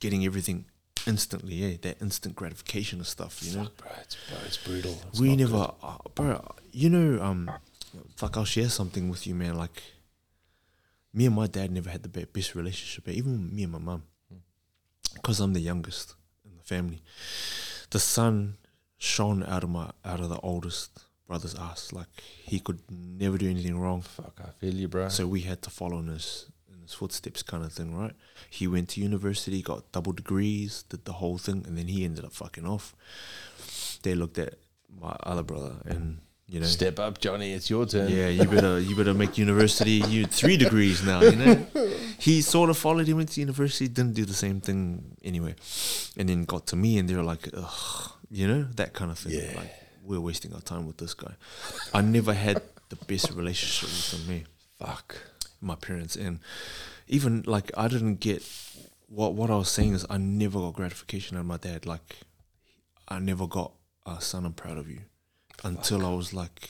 [SPEAKER 2] getting everything instantly, yeah, that instant gratification and stuff, you know.
[SPEAKER 1] Bro, it's, bro, it's brutal. It's
[SPEAKER 2] we
[SPEAKER 1] not good.
[SPEAKER 2] never, uh, bro. You know, um, fuck. I'll share something with you, man. Like, me and my dad never had the be- best relationship. Even me and my mum,
[SPEAKER 1] Hmm.
[SPEAKER 2] because I'm the youngest in the family. The sun shone out of my out of the oldest brother's ass. Like he could never do anything wrong.
[SPEAKER 1] Fuck, I feel you, bro.
[SPEAKER 2] So we had to follow in his in his footsteps, kind of thing, right? He went to university, got double degrees, did the whole thing, and then he ended up fucking off. They looked at my other brother, and you know,
[SPEAKER 1] Step up, Johnny. It's your turn.
[SPEAKER 2] yeah, you better you better make university. You three degrees now, you know. He sort of followed. He went to university, didn't do the same thing anyway, and then got to me, and they were like, Ugh, you know, that kind of thing.
[SPEAKER 1] Yeah.
[SPEAKER 2] Like we're wasting our time with this guy. I never had the best relationship with him. eh?
[SPEAKER 1] Fuck.
[SPEAKER 2] my parents and even like I didn't get what what I was saying is I never got gratification out of my dad like I never got uh, son I'm proud of you until I was like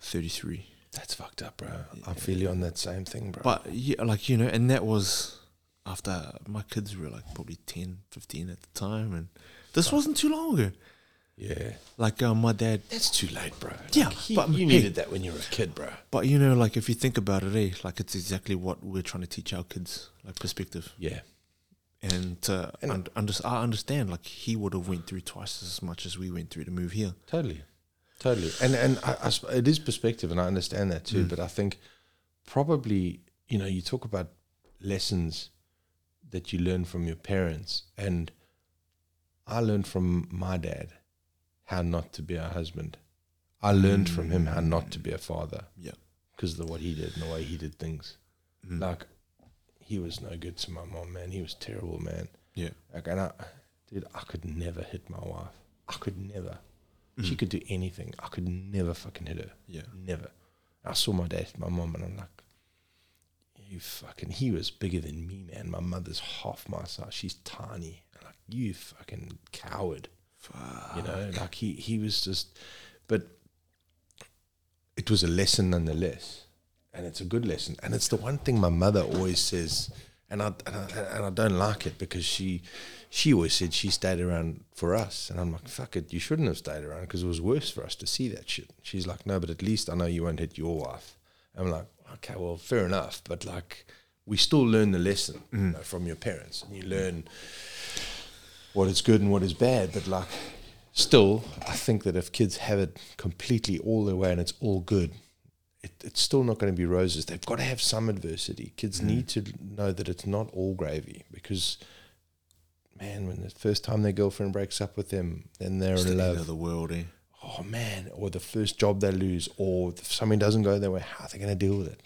[SPEAKER 2] 33
[SPEAKER 1] That's fucked up, bro. I feel you on that same thing, bro.
[SPEAKER 2] but yeah like you know and that was after my kids were like probably 10 15 at the time and this wasn't too long ago
[SPEAKER 1] yeah.
[SPEAKER 2] like uh, my dad
[SPEAKER 1] That's too late, bro.
[SPEAKER 2] Yeah,
[SPEAKER 1] he-
[SPEAKER 2] but-
[SPEAKER 1] you
[SPEAKER 2] hey.
[SPEAKER 1] needed that when you were a kid, bro.
[SPEAKER 2] but you know like if you think about it eh like it's exactly what we're trying to teach our kids like perspective
[SPEAKER 1] Yeah.
[SPEAKER 2] and uh,
[SPEAKER 1] And-
[SPEAKER 2] und- under, I understand like he would have went through twice as much as we went through to move here.
[SPEAKER 1] Totally, totally, and and I, I sp- it is perspective, and I understand that too.
[SPEAKER 2] Mm.
[SPEAKER 1] But I think probably you know you talk about lessons that you learn from your parents, and I learned from my dad how not to be a husband. I learned from him how not to be a father.
[SPEAKER 2] Yeah.
[SPEAKER 1] because of what he did and the way he did things.
[SPEAKER 2] Mm.
[SPEAKER 1] Like he was no good to my mom, man. He was terrible, man.
[SPEAKER 2] Yeah.
[SPEAKER 1] Like, and I, dude, I could never hit my wife. I could never.
[SPEAKER 2] Mm.
[SPEAKER 1] She could do anything. I could never fucking hit her.
[SPEAKER 2] Yeah.
[SPEAKER 1] Never. I saw my dad, my mom, and I'm like, you fucking, he was bigger than me, man. My mother's half my size. She's tiny. I'm like, you fucking coward.
[SPEAKER 2] Ah,
[SPEAKER 1] You know, like he, he was just, but it was a lesson nonetheless. And it's a good lesson. And it's the one thing my mother always says, and I, and I, and I don't like it because she, she always said she stayed around for us. And I'm like, fuck it, you shouldn't have stayed around because it was worse for us to see that shit. She's like, no, but at least I know you won't hit your wife. I'm like, okay, well, fair enough. But like, we still learn the lesson you know, from your parents. And you learn what is good and what is bad. But like, still, I think that if kids have it completely all their way and it's all good, it, it's still not going to be roses. They've got to have some adversity. Kids
[SPEAKER 2] Mm.
[SPEAKER 1] need to know that it's not all gravy because, man, when the first time their girlfriend breaks up with them, then they're
[SPEAKER 2] It's the
[SPEAKER 1] in
[SPEAKER 2] end
[SPEAKER 1] love
[SPEAKER 2] of the world, eh?
[SPEAKER 1] oh man, or the first job they lose, or if something doesn't go their way, how are they going to deal with it?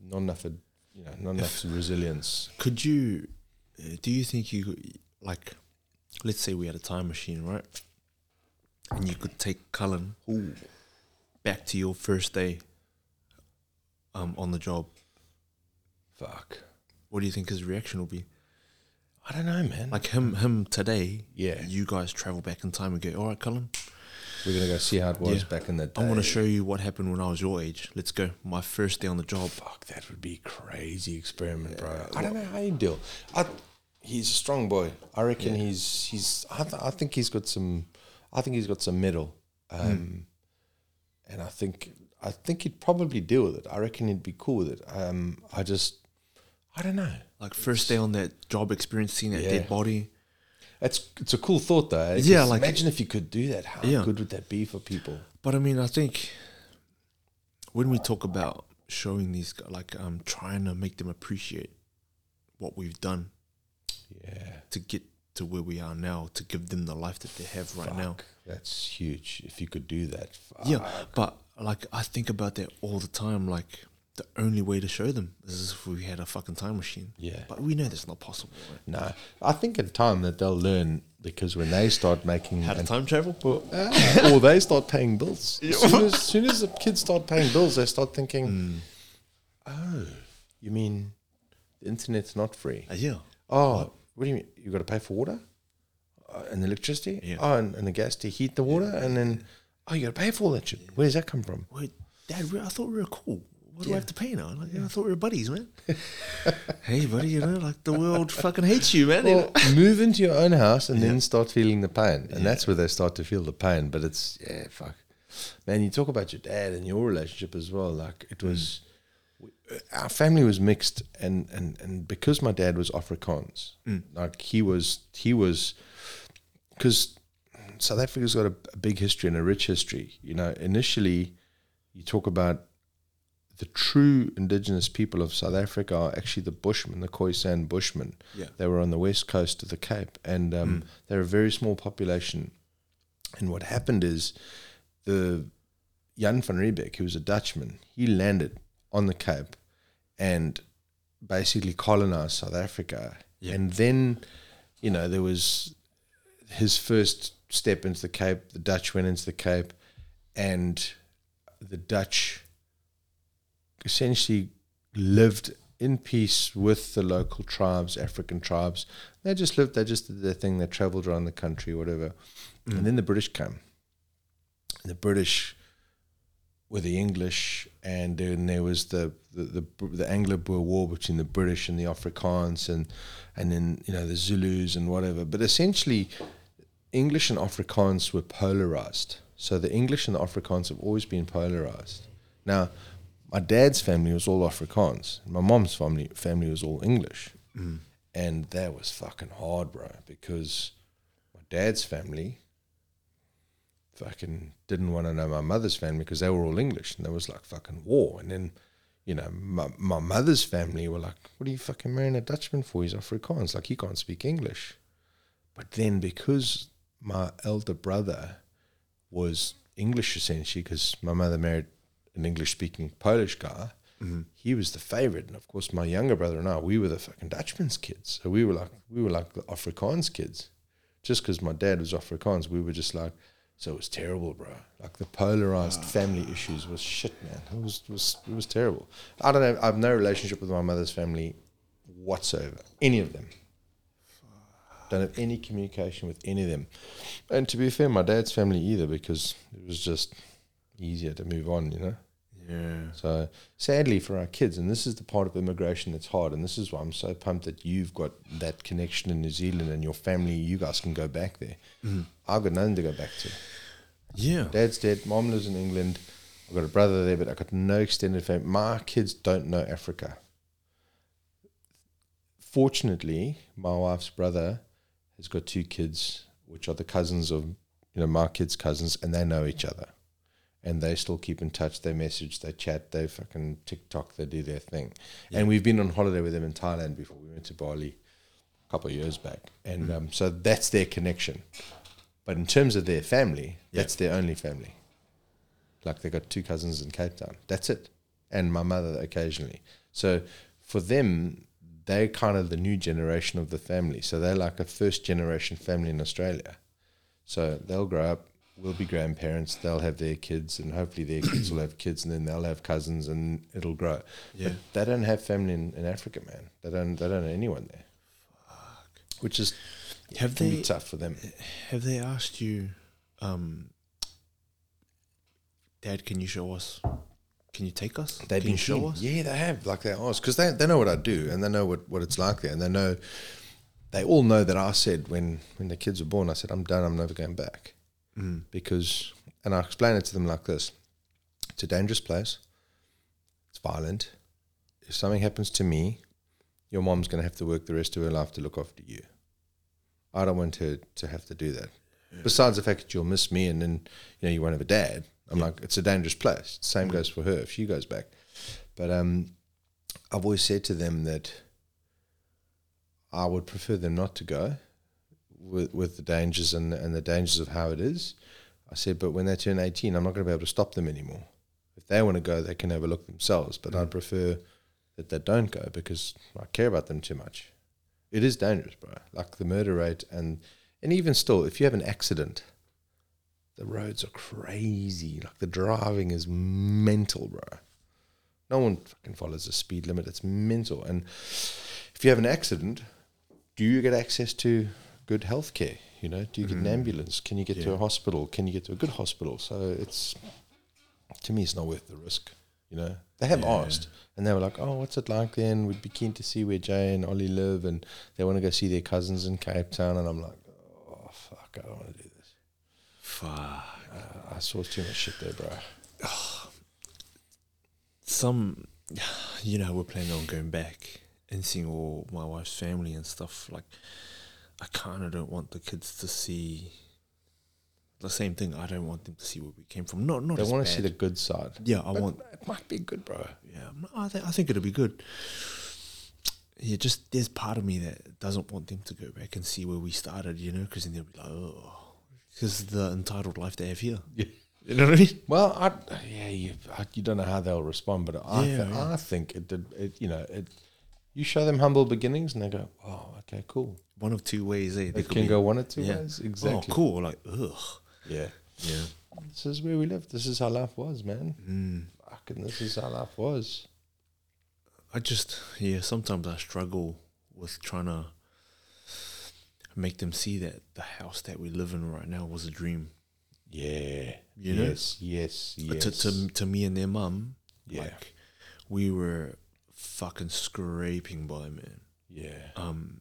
[SPEAKER 1] Not enough, ad- you know, not enough resilience.
[SPEAKER 2] Could you? uh, Do you think you could- like? Let's say we had a time machine, right? And you could take Cullen back to your first day um, on the job.
[SPEAKER 1] Fuck,
[SPEAKER 2] What do you think his reaction will be?
[SPEAKER 1] I don't know, man.
[SPEAKER 2] Like him, him today.
[SPEAKER 1] Yeah.
[SPEAKER 2] You guys travel back in time and go. All right, Cullen.
[SPEAKER 1] We're going to go see how it was
[SPEAKER 2] Yeah.
[SPEAKER 1] back in the day.
[SPEAKER 2] I want to show you what happened when I was your age. Let's go. My first day on the job.
[SPEAKER 1] Fuck, that would be crazy experiment, bro. I don't know how you deal. I, he's a strong boy. I reckon he's he's. I, th- I think he's got some. I think he's got some metal. Um, and I think I think he'd probably deal with it. I reckon he'd be cool with it. Um, I just, I don't know.
[SPEAKER 2] Like first day on that job experience, seeing that
[SPEAKER 1] Yeah.
[SPEAKER 2] dead body.
[SPEAKER 1] It's it's a cool thought though. eh?
[SPEAKER 2] Yeah,
[SPEAKER 1] 'Cause
[SPEAKER 2] like-
[SPEAKER 1] imagine if you could do that. How
[SPEAKER 2] Yeah.
[SPEAKER 1] good would that be for people?
[SPEAKER 2] But I mean, I think when we talk about showing these, gu- like, um, trying to make them appreciate what we've done
[SPEAKER 1] Yeah.
[SPEAKER 2] to get to where we are now, to give them the life that they have right now.
[SPEAKER 1] Fuck, That's huge. If you could do that. Fuck.
[SPEAKER 2] Yeah, but like, I think about that all the time. Like, the only way to show them is if we had a fucking time machine.
[SPEAKER 1] Yeah.
[SPEAKER 2] But we know that's not possible. Right?
[SPEAKER 1] No, I think in time that they'll learn because when they start making
[SPEAKER 2] How to time travel?
[SPEAKER 1] well, ah, or they start paying bills, as soon as, soon as the kids start paying bills, they start thinking,
[SPEAKER 2] Hmm.
[SPEAKER 1] "Oh, you mean the internet's not free?
[SPEAKER 2] Uh, yeah.
[SPEAKER 1] Oh, what, do you mean? You got to pay for water uh, and electricity?
[SPEAKER 2] Yeah.
[SPEAKER 1] Oh, and, and the gas to heat the water, and then oh, you got to pay for all that shit. Where does that come from?
[SPEAKER 2] Wait, Dad, we- I thought we were cool. What do I have to pay now? Like, I thought we were buddies, man. hey, buddy, you know, like the world fucking hates you, man.
[SPEAKER 1] Well, move into your own house and then start feeling the pain. And that's where they start to feel the pain. But it's, yeah, fuck. Man, you talk about your dad and your relationship as well. Like, it was, we, our family was mixed. And, and, and because my dad was Afrikaans, like, he was, he was, because South Africa's got a, a big history and a rich history. You know, initially, you talk about the true indigenous people of South Africa are actually the Bushmen, the Khoisan Bushmen.
[SPEAKER 2] Yeah.
[SPEAKER 1] They were on the west coast of the Cape, and um, they're a very small population. And what happened is the Jan van Riebeck, who was a Dutchman, he landed on the Cape and basically colonized South Africa. And then, you know, there was his first step into the Cape. The Dutch went into the Cape, and the Dutch essentially lived in peace with the local tribes, African tribes. They just lived, they just did their thing, they traveled around the country, whatever. And then the British came. And the British were the English, and then there was the the, the, Br- the Anglo-Boer War between the British and the Afrikaans, and and then you know the Zulus and whatever. But essentially, English and Afrikaans were polarized. So the English and the Afrikaans have always been polarized. Now, my dad's family was all Afrikaans. My mom's family family was all English, and that was fucking hard, bro. Because my dad's family fucking didn't want to know my mother's family because they were all English and there was like fucking war. And then, you know, my, my mother's family were like, what are you fucking marrying a Dutchman for? He's Afrikaans. Like, he can't speak English. But then because my elder brother was English essentially, because my mother married an English speaking Polish guy, he was the favorite. And of course, my younger brother and I, we were the fucking Dutchman's kids. So we were like, we were like the Afrikaans kids. Just because my dad was Afrikaans, we were just like, so it was terrible, bro. Like the polarized family issues was shit, man. It was, was it was terrible. I don't know. I have no relationship with my mother's family whatsoever. Any of them. Don't have any communication with any of them. And to be fair, my dad's family either, because it was just easier to move on, you know?
[SPEAKER 2] Yeah.
[SPEAKER 1] So sadly for our kids, and this is the part of immigration that's hard, and this is why I'm so pumped that you've got that connection in New Zealand and your family, you guys can go back there. I've got nothing to go back to.
[SPEAKER 2] Yeah.
[SPEAKER 1] Dad's dead, mom lives in England, I've got a brother there, but I've got no extended family. My kids don't know Africa. Fortunately, my wife's brother has got two kids, which are the cousins of you know my kids' cousins, and they know each other, and they still keep in touch. They message, they chat, they fucking TikTok, they do their thing.
[SPEAKER 2] Yeah.
[SPEAKER 1] And we've been on holiday with them in Thailand before. We went to Bali a couple of years back, and um, so that's their connection. But in terms of their family,
[SPEAKER 2] Yeah.
[SPEAKER 1] that's their only family. Like they got two cousins in Cape Town. That's it. And my mother occasionally. So for them, they're kind of the new generation of the family. So they're like a first generation family in Australia. So they'll grow up, we'll be grandparents, they'll have their kids, and hopefully their kids will have kids, and then they'll have cousins, and it'll grow.
[SPEAKER 2] Yeah.
[SPEAKER 1] They don't have family in, in Africa, man. They don't. They don't know anyone there. Which is
[SPEAKER 2] Have
[SPEAKER 1] can be
[SPEAKER 2] they-
[SPEAKER 1] tough for them.
[SPEAKER 2] Have they asked you, um, Dad? Can you show us? Can you take us?
[SPEAKER 1] They've
[SPEAKER 2] can
[SPEAKER 1] been
[SPEAKER 2] you show
[SPEAKER 1] keen.
[SPEAKER 2] us?
[SPEAKER 1] Yeah, they have. Like they ask because they, they know what I do and they know what, what it's like there and they know they all know that I said when when the kids were born I said I'm done I'm never going back
[SPEAKER 2] Mm.
[SPEAKER 1] because and I explain it to them like this: it's a dangerous place. It's violent. If something happens to me, your mom's going to have to work the rest of her life to look after you. I don't want her to have to do that. Besides the fact that you'll miss me and then you know you won't have a dad. I'm like, it's a dangerous place. Same goes for her if she goes back. But um, I've always said to them that I would prefer them not to go with with the dangers and and the dangers of how it is. I said, but when they turn 18, I'm not going to be able to stop them anymore. If they want to go, they can have a look themselves. But I'd prefer that they don't go because I care about them too much. It is dangerous, bro. Like the murder rate and and even still, if you have an accident, the roads are crazy. Like the driving is mental, bro. No one fucking follows the speed limit. It's mental. And if you have an accident, do you get access to good health care? You know, do you get an ambulance? Can you get to
[SPEAKER 2] Mm. Yeah.
[SPEAKER 1] a hospital? Can you get to a good hospital? So it's to me, it's not worth the risk. You know, they have asked, and they were like, "Oh, what's it like then? We'd be keen to see where Jay and Ollie live, and they want to go see their cousins in Cape Town." And I'm like, "Oh fuck, I don't want to do this.
[SPEAKER 2] Fuck.
[SPEAKER 1] Uh, I saw too much shit there, bro."
[SPEAKER 2] Some, you know, we're planning on going back and seeing all my wife's family and stuff. Like, I kind of don't want the kids to see the same thing. I don't want them to see where we came from. Not, not.
[SPEAKER 1] They
[SPEAKER 2] as
[SPEAKER 1] want
[SPEAKER 2] bad.
[SPEAKER 1] to see the good side.
[SPEAKER 2] Yeah, I want.
[SPEAKER 1] It might be good, bro.
[SPEAKER 2] Yeah, I'm not- I think I think it'll be good. Yeah, just there's part of me that doesn't want them to go back and see where we started, you know, because then they'll be like, oh, because the entitled life they have here.
[SPEAKER 1] Yeah.
[SPEAKER 2] You know what I mean?
[SPEAKER 1] Well, I yeah, you I, you don't know how they'll respond, but I
[SPEAKER 2] Yeah,
[SPEAKER 1] thi-
[SPEAKER 2] yeah.
[SPEAKER 1] I think it did. It, you know, it you show them humble beginnings, and they go, "Oh, okay, cool."
[SPEAKER 2] One of two ways, eh?
[SPEAKER 1] They
[SPEAKER 2] could
[SPEAKER 1] can
[SPEAKER 2] be,
[SPEAKER 1] go one or two
[SPEAKER 2] yeah.
[SPEAKER 1] ways, exactly.
[SPEAKER 2] Oh, cool. Like, ugh.
[SPEAKER 1] Yeah.
[SPEAKER 2] Yeah.
[SPEAKER 1] This is where we lived. This is how life was, man.
[SPEAKER 2] Mm.
[SPEAKER 1] Fucking, this is how life was.
[SPEAKER 2] I just, yeah, sometimes I struggle with trying to make them see that the house that we live in right now was a dream.
[SPEAKER 1] Yeah.
[SPEAKER 2] You know?
[SPEAKER 1] Yes. Yes. Yes.
[SPEAKER 2] to, to to me and their mum,
[SPEAKER 1] Yeah.
[SPEAKER 2] like we were fucking scraping by, man.
[SPEAKER 1] yeah.
[SPEAKER 2] Um,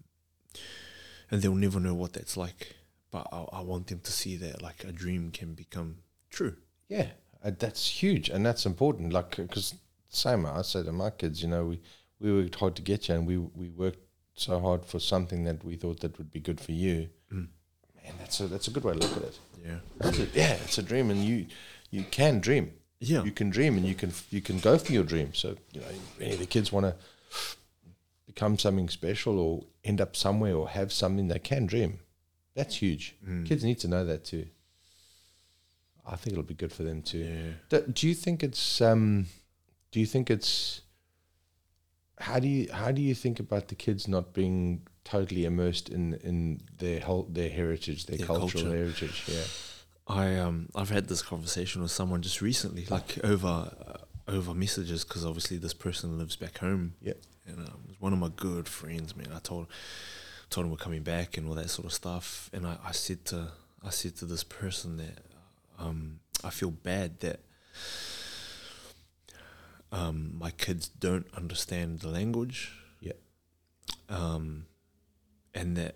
[SPEAKER 2] and they'll never know what that's like. But I, I want them to see that like a dream can become true.
[SPEAKER 1] Yeah, uh, that's huge and that's important. Like, because same, I say to my kids, you know, we, we worked hard to get you and we, we worked so hard for something that we thought that would be good for you.
[SPEAKER 2] Mm.
[SPEAKER 1] Man, that's a, that's a good way to look at it.
[SPEAKER 2] Yeah.
[SPEAKER 1] That's a- yeah, it's a dream and you, you can dream.
[SPEAKER 2] Yeah.
[SPEAKER 1] You can dream and you can you can go for your dream. So, you know, if any of the kids want to become something special or end up somewhere or have something, they can dream. That's huge.
[SPEAKER 2] Mm.
[SPEAKER 1] Kids need to know that too. I think it'll be good for them too.
[SPEAKER 2] Yeah.
[SPEAKER 1] Do, do you think it's um, do you think it's how do you how do you think about the kids not being totally immersed in in their whole their heritage their,
[SPEAKER 2] Their
[SPEAKER 1] cultural
[SPEAKER 2] culture.
[SPEAKER 1] heritage yeah
[SPEAKER 2] I um I've had this conversation with someone just recently, like over uh, over messages, because obviously this person lives back home.
[SPEAKER 1] Yeah.
[SPEAKER 2] and um, it was one of my good friends, man. I told told him we're coming back and all that sort of stuff, and I, I said to I said to this person that um I feel bad that um my kids don't understand the language.
[SPEAKER 1] Yeah.
[SPEAKER 2] Um, and that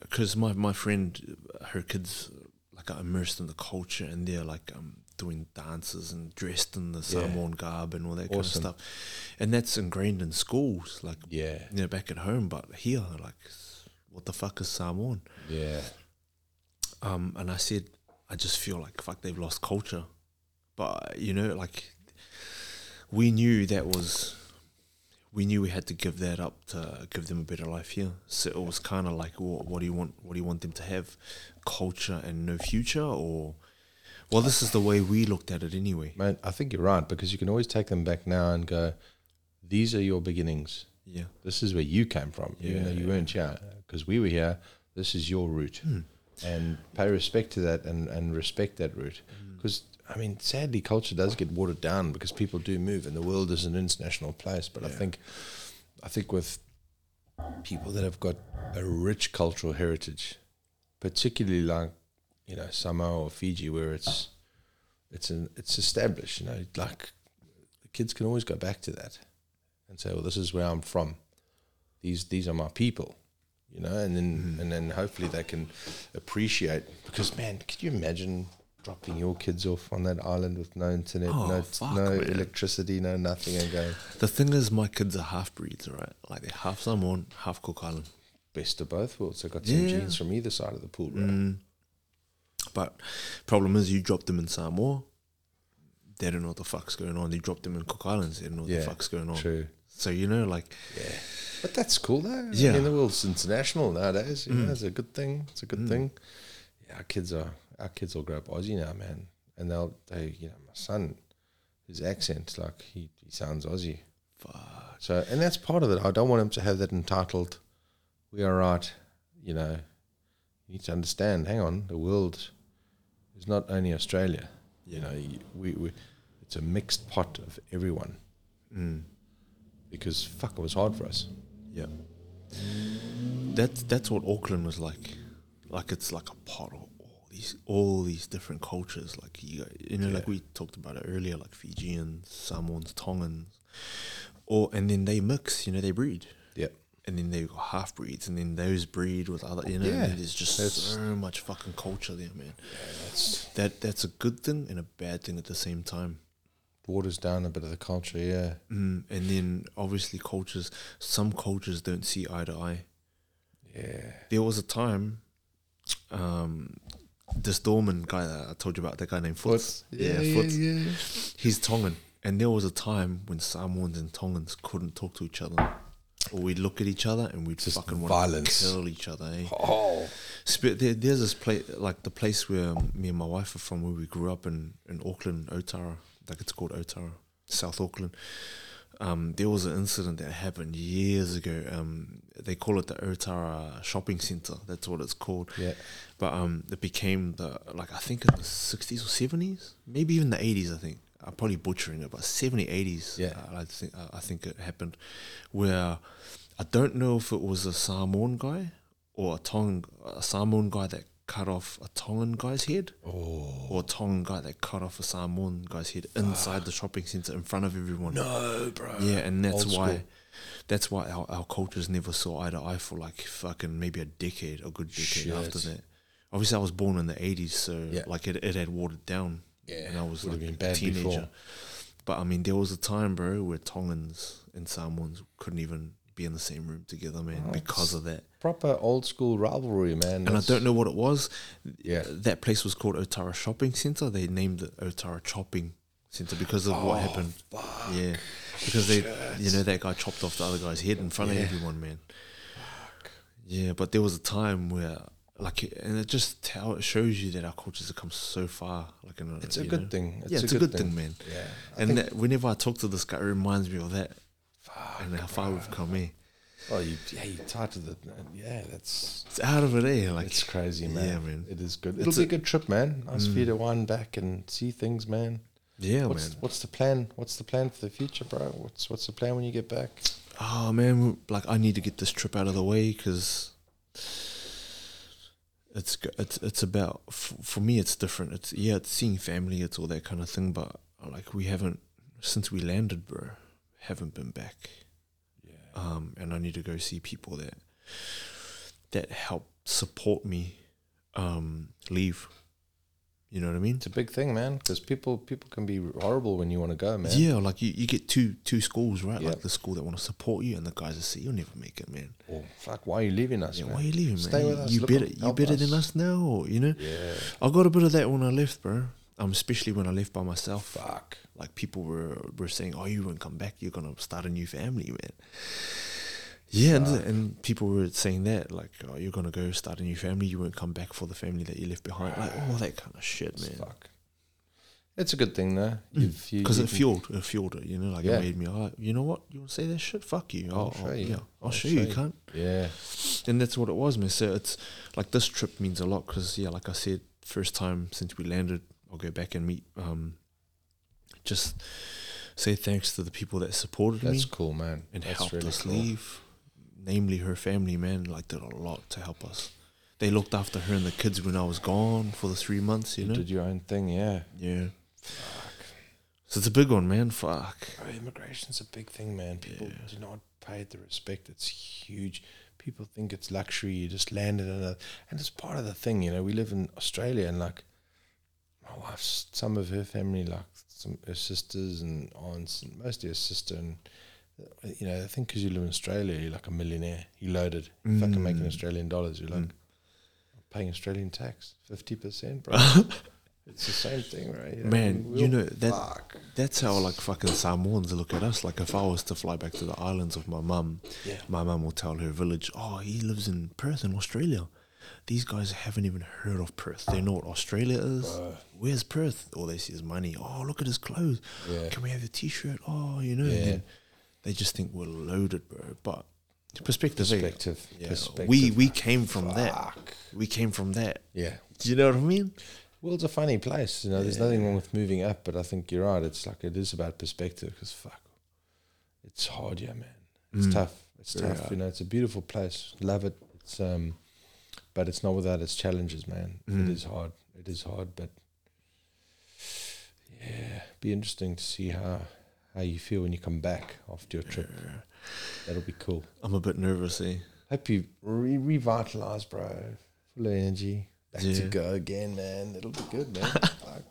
[SPEAKER 2] because my my friend, her kids like are immersed in the culture and they're like um doing dances and dressed in the
[SPEAKER 1] Yeah.
[SPEAKER 2] Samoan garb and all that kind of
[SPEAKER 1] Awesome.
[SPEAKER 2] stuff, and that's ingrained in schools like
[SPEAKER 1] yeah
[SPEAKER 2] you know back at home, but here like what the fuck is Samoan?
[SPEAKER 1] Yeah.
[SPEAKER 2] Um, and I said, I just feel like fuck, they've lost culture. But you know, like we knew that was, we knew we had to give that up to give them a better life here. So it was kind of like, what, what do you want? What do you want them to have? Culture and no future, or well, this is the way we looked at it anyway.
[SPEAKER 1] Man, I think you're right because you can always take them back now and go, these are your beginnings.
[SPEAKER 2] Yeah,
[SPEAKER 1] This is where you came from, even though you
[SPEAKER 2] Yeah.
[SPEAKER 1] weren't here. Because we were here, this is your route.
[SPEAKER 2] Hmm.
[SPEAKER 1] And pay respect to that and, and respect that route. Because, I mean, sadly, culture does get watered down because people do move and the world is an international place. But I
[SPEAKER 2] Yeah.
[SPEAKER 1] think I think with people that have got a rich cultural heritage, particularly like you know Samoa or Fiji, where it's it's an it's established. You know, like the kids can always go back to that and say, "Well, this is where I'm from. These these are my people." You know, and then
[SPEAKER 2] Mm-hmm.
[SPEAKER 1] and then hopefully they can appreciate because man, could you imagine dropping your kids off on that island with no internet,
[SPEAKER 2] Oh,
[SPEAKER 1] no
[SPEAKER 2] fuck,
[SPEAKER 1] no
[SPEAKER 2] man.
[SPEAKER 1] electricity, no nothing, and going
[SPEAKER 2] the thing is, my kids are half breeds, right? Like they're half Samoan, half Cook Island.
[SPEAKER 1] best of both worlds. They've got some
[SPEAKER 2] Yeah. Mm.
[SPEAKER 1] genes from either side of the pool, right?
[SPEAKER 2] But problem is, you drop them in Samoa, they don't know what the fuck's going on. You drop them in Cook Islands, they don't know what
[SPEAKER 1] Yeah,
[SPEAKER 2] the fuck's going on.
[SPEAKER 1] True.
[SPEAKER 2] So you know, like
[SPEAKER 1] Yeah. But that's cool though. Yeah. I
[SPEAKER 2] Yeah. Mm.
[SPEAKER 1] mean, the world's international nowadays. You know, it's a good thing. It's a good thing. Yeah, our kids are our kids will grow up Aussie now, man. And they'll they you know, my son, his accent, like he, he sounds Aussie.
[SPEAKER 2] fuck,
[SPEAKER 1] So and that's part of it. I don't want him to have that entitled we are right, you know. You need to understand, hang on, the world is not only Australia. You know, you- we, we it's a mixed pot of everyone.
[SPEAKER 2] mm,
[SPEAKER 1] Because fuck it was hard for us.
[SPEAKER 2] yeah. That's that's what Auckland was like. Like it's like a pot of all these all these different cultures. Like you, got- you know, like
[SPEAKER 1] Yeah.
[SPEAKER 2] we talked about it earlier, like Fijians, Samoans, Tongans, or and then they mix. You know, they breed.
[SPEAKER 1] Yeah.
[SPEAKER 2] and then they've got half breeds, and then those breed with other. You know,
[SPEAKER 1] Yeah,
[SPEAKER 2] there's just
[SPEAKER 1] that's-
[SPEAKER 2] so much fucking culture there, man.
[SPEAKER 1] That's
[SPEAKER 2] That that's a good thing and a bad thing at the same time.
[SPEAKER 1] waters down a bit of the culture. Yeah,
[SPEAKER 2] Mm, and then obviously cultures, some cultures don't see eye to eye.
[SPEAKER 1] yeah,
[SPEAKER 2] There was a time, um, this doorman guy that I told you about, that guy named Foots.
[SPEAKER 1] yeah, yeah,
[SPEAKER 2] Foots.
[SPEAKER 1] yeah,
[SPEAKER 2] He's Tongan, and there was a time when Samoans and Tongans couldn't talk to each other. Or we'd look at each other and we'd
[SPEAKER 1] Just
[SPEAKER 2] fucking want to
[SPEAKER 1] violence.
[SPEAKER 2] kill each other. Eh?
[SPEAKER 1] Oh,
[SPEAKER 2] Sp- there, there's this place, like the place where me and my wife are from, where we grew up in, in Auckland, Otara. Like it's called Otara, South Auckland. Um, there was an incident that happened years ago. Um, they call it the Otara Shopping Centre. That's what it's called.
[SPEAKER 1] yeah,
[SPEAKER 2] But um, it became the like I think in the 60s or 70s, maybe even the 80s. I think I'm probably butchering it, but 70s, 80s.
[SPEAKER 1] Yeah.
[SPEAKER 2] Uh, I, I think I think it happened where I don't know if it was a Samoan guy or a Tong a Samoan guy that cut off a Tongan guy's head
[SPEAKER 1] oh,
[SPEAKER 2] or a Tongan guy that cut off a Samoan guy's head inside the shopping center in front of everyone.
[SPEAKER 1] no, bro,
[SPEAKER 2] Yeah, and that's
[SPEAKER 1] Old
[SPEAKER 2] why.
[SPEAKER 1] school.
[SPEAKER 2] That's why our, our cultures never saw eye to eye for like fucking maybe a decade, a good decade
[SPEAKER 1] Shit.
[SPEAKER 2] after that. Obviously, I was born in the '80s, so
[SPEAKER 1] Yeah.
[SPEAKER 2] like it, it had watered down,
[SPEAKER 1] yeah,
[SPEAKER 2] and I was
[SPEAKER 1] would
[SPEAKER 2] like
[SPEAKER 1] have been
[SPEAKER 2] a
[SPEAKER 1] bad
[SPEAKER 2] teenager.
[SPEAKER 1] before.
[SPEAKER 2] But I mean, there was a time, bro, where Tongans and Samoans couldn't even be in the same room together, man,
[SPEAKER 1] Oh,
[SPEAKER 2] because of that.
[SPEAKER 1] Proper old school rivalry, man.
[SPEAKER 2] And I don't know what it was.
[SPEAKER 1] Yeah.
[SPEAKER 2] that place was called Otara Shopping Center. They named it Otara Chopping Center because of
[SPEAKER 1] Oh,
[SPEAKER 2] what happened. Yeah, because they, you know, that guy chopped off the other guy's head in front
[SPEAKER 1] Yeah.
[SPEAKER 2] of everyone, man. Yeah, but there was a time where, like, and it just tell, it shows you that our cultures have come so far. Like, in
[SPEAKER 1] It's a
[SPEAKER 2] you
[SPEAKER 1] good
[SPEAKER 2] know.
[SPEAKER 1] thing.
[SPEAKER 2] yeah, it's a good, thing. man.
[SPEAKER 1] Yeah, I
[SPEAKER 2] and
[SPEAKER 1] think-
[SPEAKER 2] that, whenever I talk to this guy, it reminds me of that and how far we've come. Eh?
[SPEAKER 1] oh, you, yeah, you tied to the, yeah, that's
[SPEAKER 2] It's out of it, eh? Like,
[SPEAKER 1] it's crazy, man.
[SPEAKER 2] yeah, man.
[SPEAKER 1] It is good.
[SPEAKER 2] It's
[SPEAKER 1] It'll be a
[SPEAKER 2] a-
[SPEAKER 1] good trip, man. Nice for you to wind back and see things, man.
[SPEAKER 2] yeah,
[SPEAKER 1] what's,
[SPEAKER 2] man.
[SPEAKER 1] what's the plan? What's the plan for the future, bro? What's what's the plan when you get back?
[SPEAKER 2] oh man, like I need to get this trip out of the way because it's g- it's it's about f- for me it's different. It's yeah, it's seeing family, it's all that kind of thing. But like we haven't since we landed, bro, haven't been back.
[SPEAKER 1] Yeah,
[SPEAKER 2] Um, and I need to go see people that that help support me um leave. You You know what I mean?
[SPEAKER 1] It's a big thing, man, because people people can be horrible when you want to go, man.
[SPEAKER 2] Yeah, like you, you get two two schools, right?
[SPEAKER 1] Yeah.
[SPEAKER 2] Like the school that want to support you and the guys that say you'll never make it, man.
[SPEAKER 1] Or, Oh, fuck, why are you leaving us?
[SPEAKER 2] Yeah,
[SPEAKER 1] man?
[SPEAKER 2] why are you leaving, man?
[SPEAKER 1] Stay with us.
[SPEAKER 2] You
[SPEAKER 1] look,
[SPEAKER 2] better you
[SPEAKER 1] help
[SPEAKER 2] better than us now, or, you know?
[SPEAKER 1] Yeah.
[SPEAKER 2] I got a bit of that when I left, bro. Um, especially when I left by myself.
[SPEAKER 1] Fuck.
[SPEAKER 2] Like people were were saying, "Oh, you won't come back. You're gonna start a new family, man." Yeah, and, and people were saying that, like, "Oh, you're gonna go start a new family. You won't come back for the family that you left behind." Like all that kind of shit,
[SPEAKER 1] It's
[SPEAKER 2] man.
[SPEAKER 1] fuck. It's a good thing though. You've- you-
[SPEAKER 2] Because
[SPEAKER 1] you
[SPEAKER 2] it
[SPEAKER 1] can-
[SPEAKER 2] fueled, it fueled it. You know, like
[SPEAKER 1] Yeah.
[SPEAKER 2] it made me. Oh, you know what? You want to say that shit? Fuck you. I'll,
[SPEAKER 1] show
[SPEAKER 2] I'll-
[SPEAKER 1] you.
[SPEAKER 2] Yeah, I'll,
[SPEAKER 1] I'll
[SPEAKER 2] show,
[SPEAKER 1] show
[SPEAKER 2] you,
[SPEAKER 1] you.
[SPEAKER 2] cunt.
[SPEAKER 1] Yeah.
[SPEAKER 2] And that's what it was, man. So it's like this trip means a lot because, yeah, like I said, first time since we landed, I'll go back and meet. Um, just say thanks to the people that supported
[SPEAKER 1] That's
[SPEAKER 2] me
[SPEAKER 1] cool, man.
[SPEAKER 2] and
[SPEAKER 1] That's
[SPEAKER 2] helped
[SPEAKER 1] really
[SPEAKER 2] us
[SPEAKER 1] cool.
[SPEAKER 2] leave. Namely, her family, man, like did a lot to help us. They looked after her and the kids when I was gone for the three months, you
[SPEAKER 1] You
[SPEAKER 2] know.
[SPEAKER 1] did your own thing, yeah.
[SPEAKER 2] yeah. So it's a big one, man. Fuck.
[SPEAKER 1] Oh, immigration's a big thing, man. People
[SPEAKER 2] Yeah.
[SPEAKER 1] do not pay it the respect. It's huge. People think it's luxury. You just land in another, and it's part of the thing, you know. We live in Australia, and like my wife's, some of her family, like some her sisters and aunts, and mostly her sister, and uh, you know, I think because you live in Australia, you're like a millionaire. You're loaded. You're fucking making
[SPEAKER 2] Mm.
[SPEAKER 1] Australian dollars. You're like
[SPEAKER 2] Mm.
[SPEAKER 1] paying Australian tax, fifty percent, bro. it's the same thing, right? You know,
[SPEAKER 2] Man,
[SPEAKER 1] we
[SPEAKER 2] you
[SPEAKER 1] all-
[SPEAKER 2] know that
[SPEAKER 1] fuck.
[SPEAKER 2] that's how like fucking Samoans look at us. Like if I was to fly back to the islands with my mum,
[SPEAKER 1] Yeah.
[SPEAKER 2] my mum will tell her village, "Oh, he lives in Perth in Australia." These guys haven't even heard of Perth. They know what Australia is.
[SPEAKER 1] Bro.
[SPEAKER 2] Where's Perth? All they see is money. Oh, look at his clothes.
[SPEAKER 1] Yeah.
[SPEAKER 2] Can we have a T-shirt? Oh, you know. and
[SPEAKER 1] Yeah.
[SPEAKER 2] then They just think we're loaded, bro. But perspective, eh?
[SPEAKER 1] Perspective.
[SPEAKER 2] Yeah,
[SPEAKER 1] Perspective.
[SPEAKER 2] we we came from that.
[SPEAKER 1] Fuck.
[SPEAKER 2] We came from that.
[SPEAKER 1] Yeah.
[SPEAKER 2] Do you know what I mean?
[SPEAKER 1] World's a funny place. You know, there's nothing wrong with moving up, but I think you're right. It's like it is about perspective because fuck, it's hard, yeah, man. It's
[SPEAKER 2] Mm.
[SPEAKER 1] tough. It's
[SPEAKER 2] Very
[SPEAKER 1] tough.
[SPEAKER 2] hard.
[SPEAKER 1] You know, it's a beautiful place. Love it. It's um, but it's not without its challenges, man.
[SPEAKER 2] Mm.
[SPEAKER 1] It is hard. It is hard, but yeah, be interesting to see how how you feel when you come back after your trip. That'll be cool.
[SPEAKER 2] I'm a bit nervous, eh?
[SPEAKER 1] Hope you re- revitalize, bro. Full of energy. Back to
[SPEAKER 2] Yeah.
[SPEAKER 1] go again, man. It'll be good, man. Like,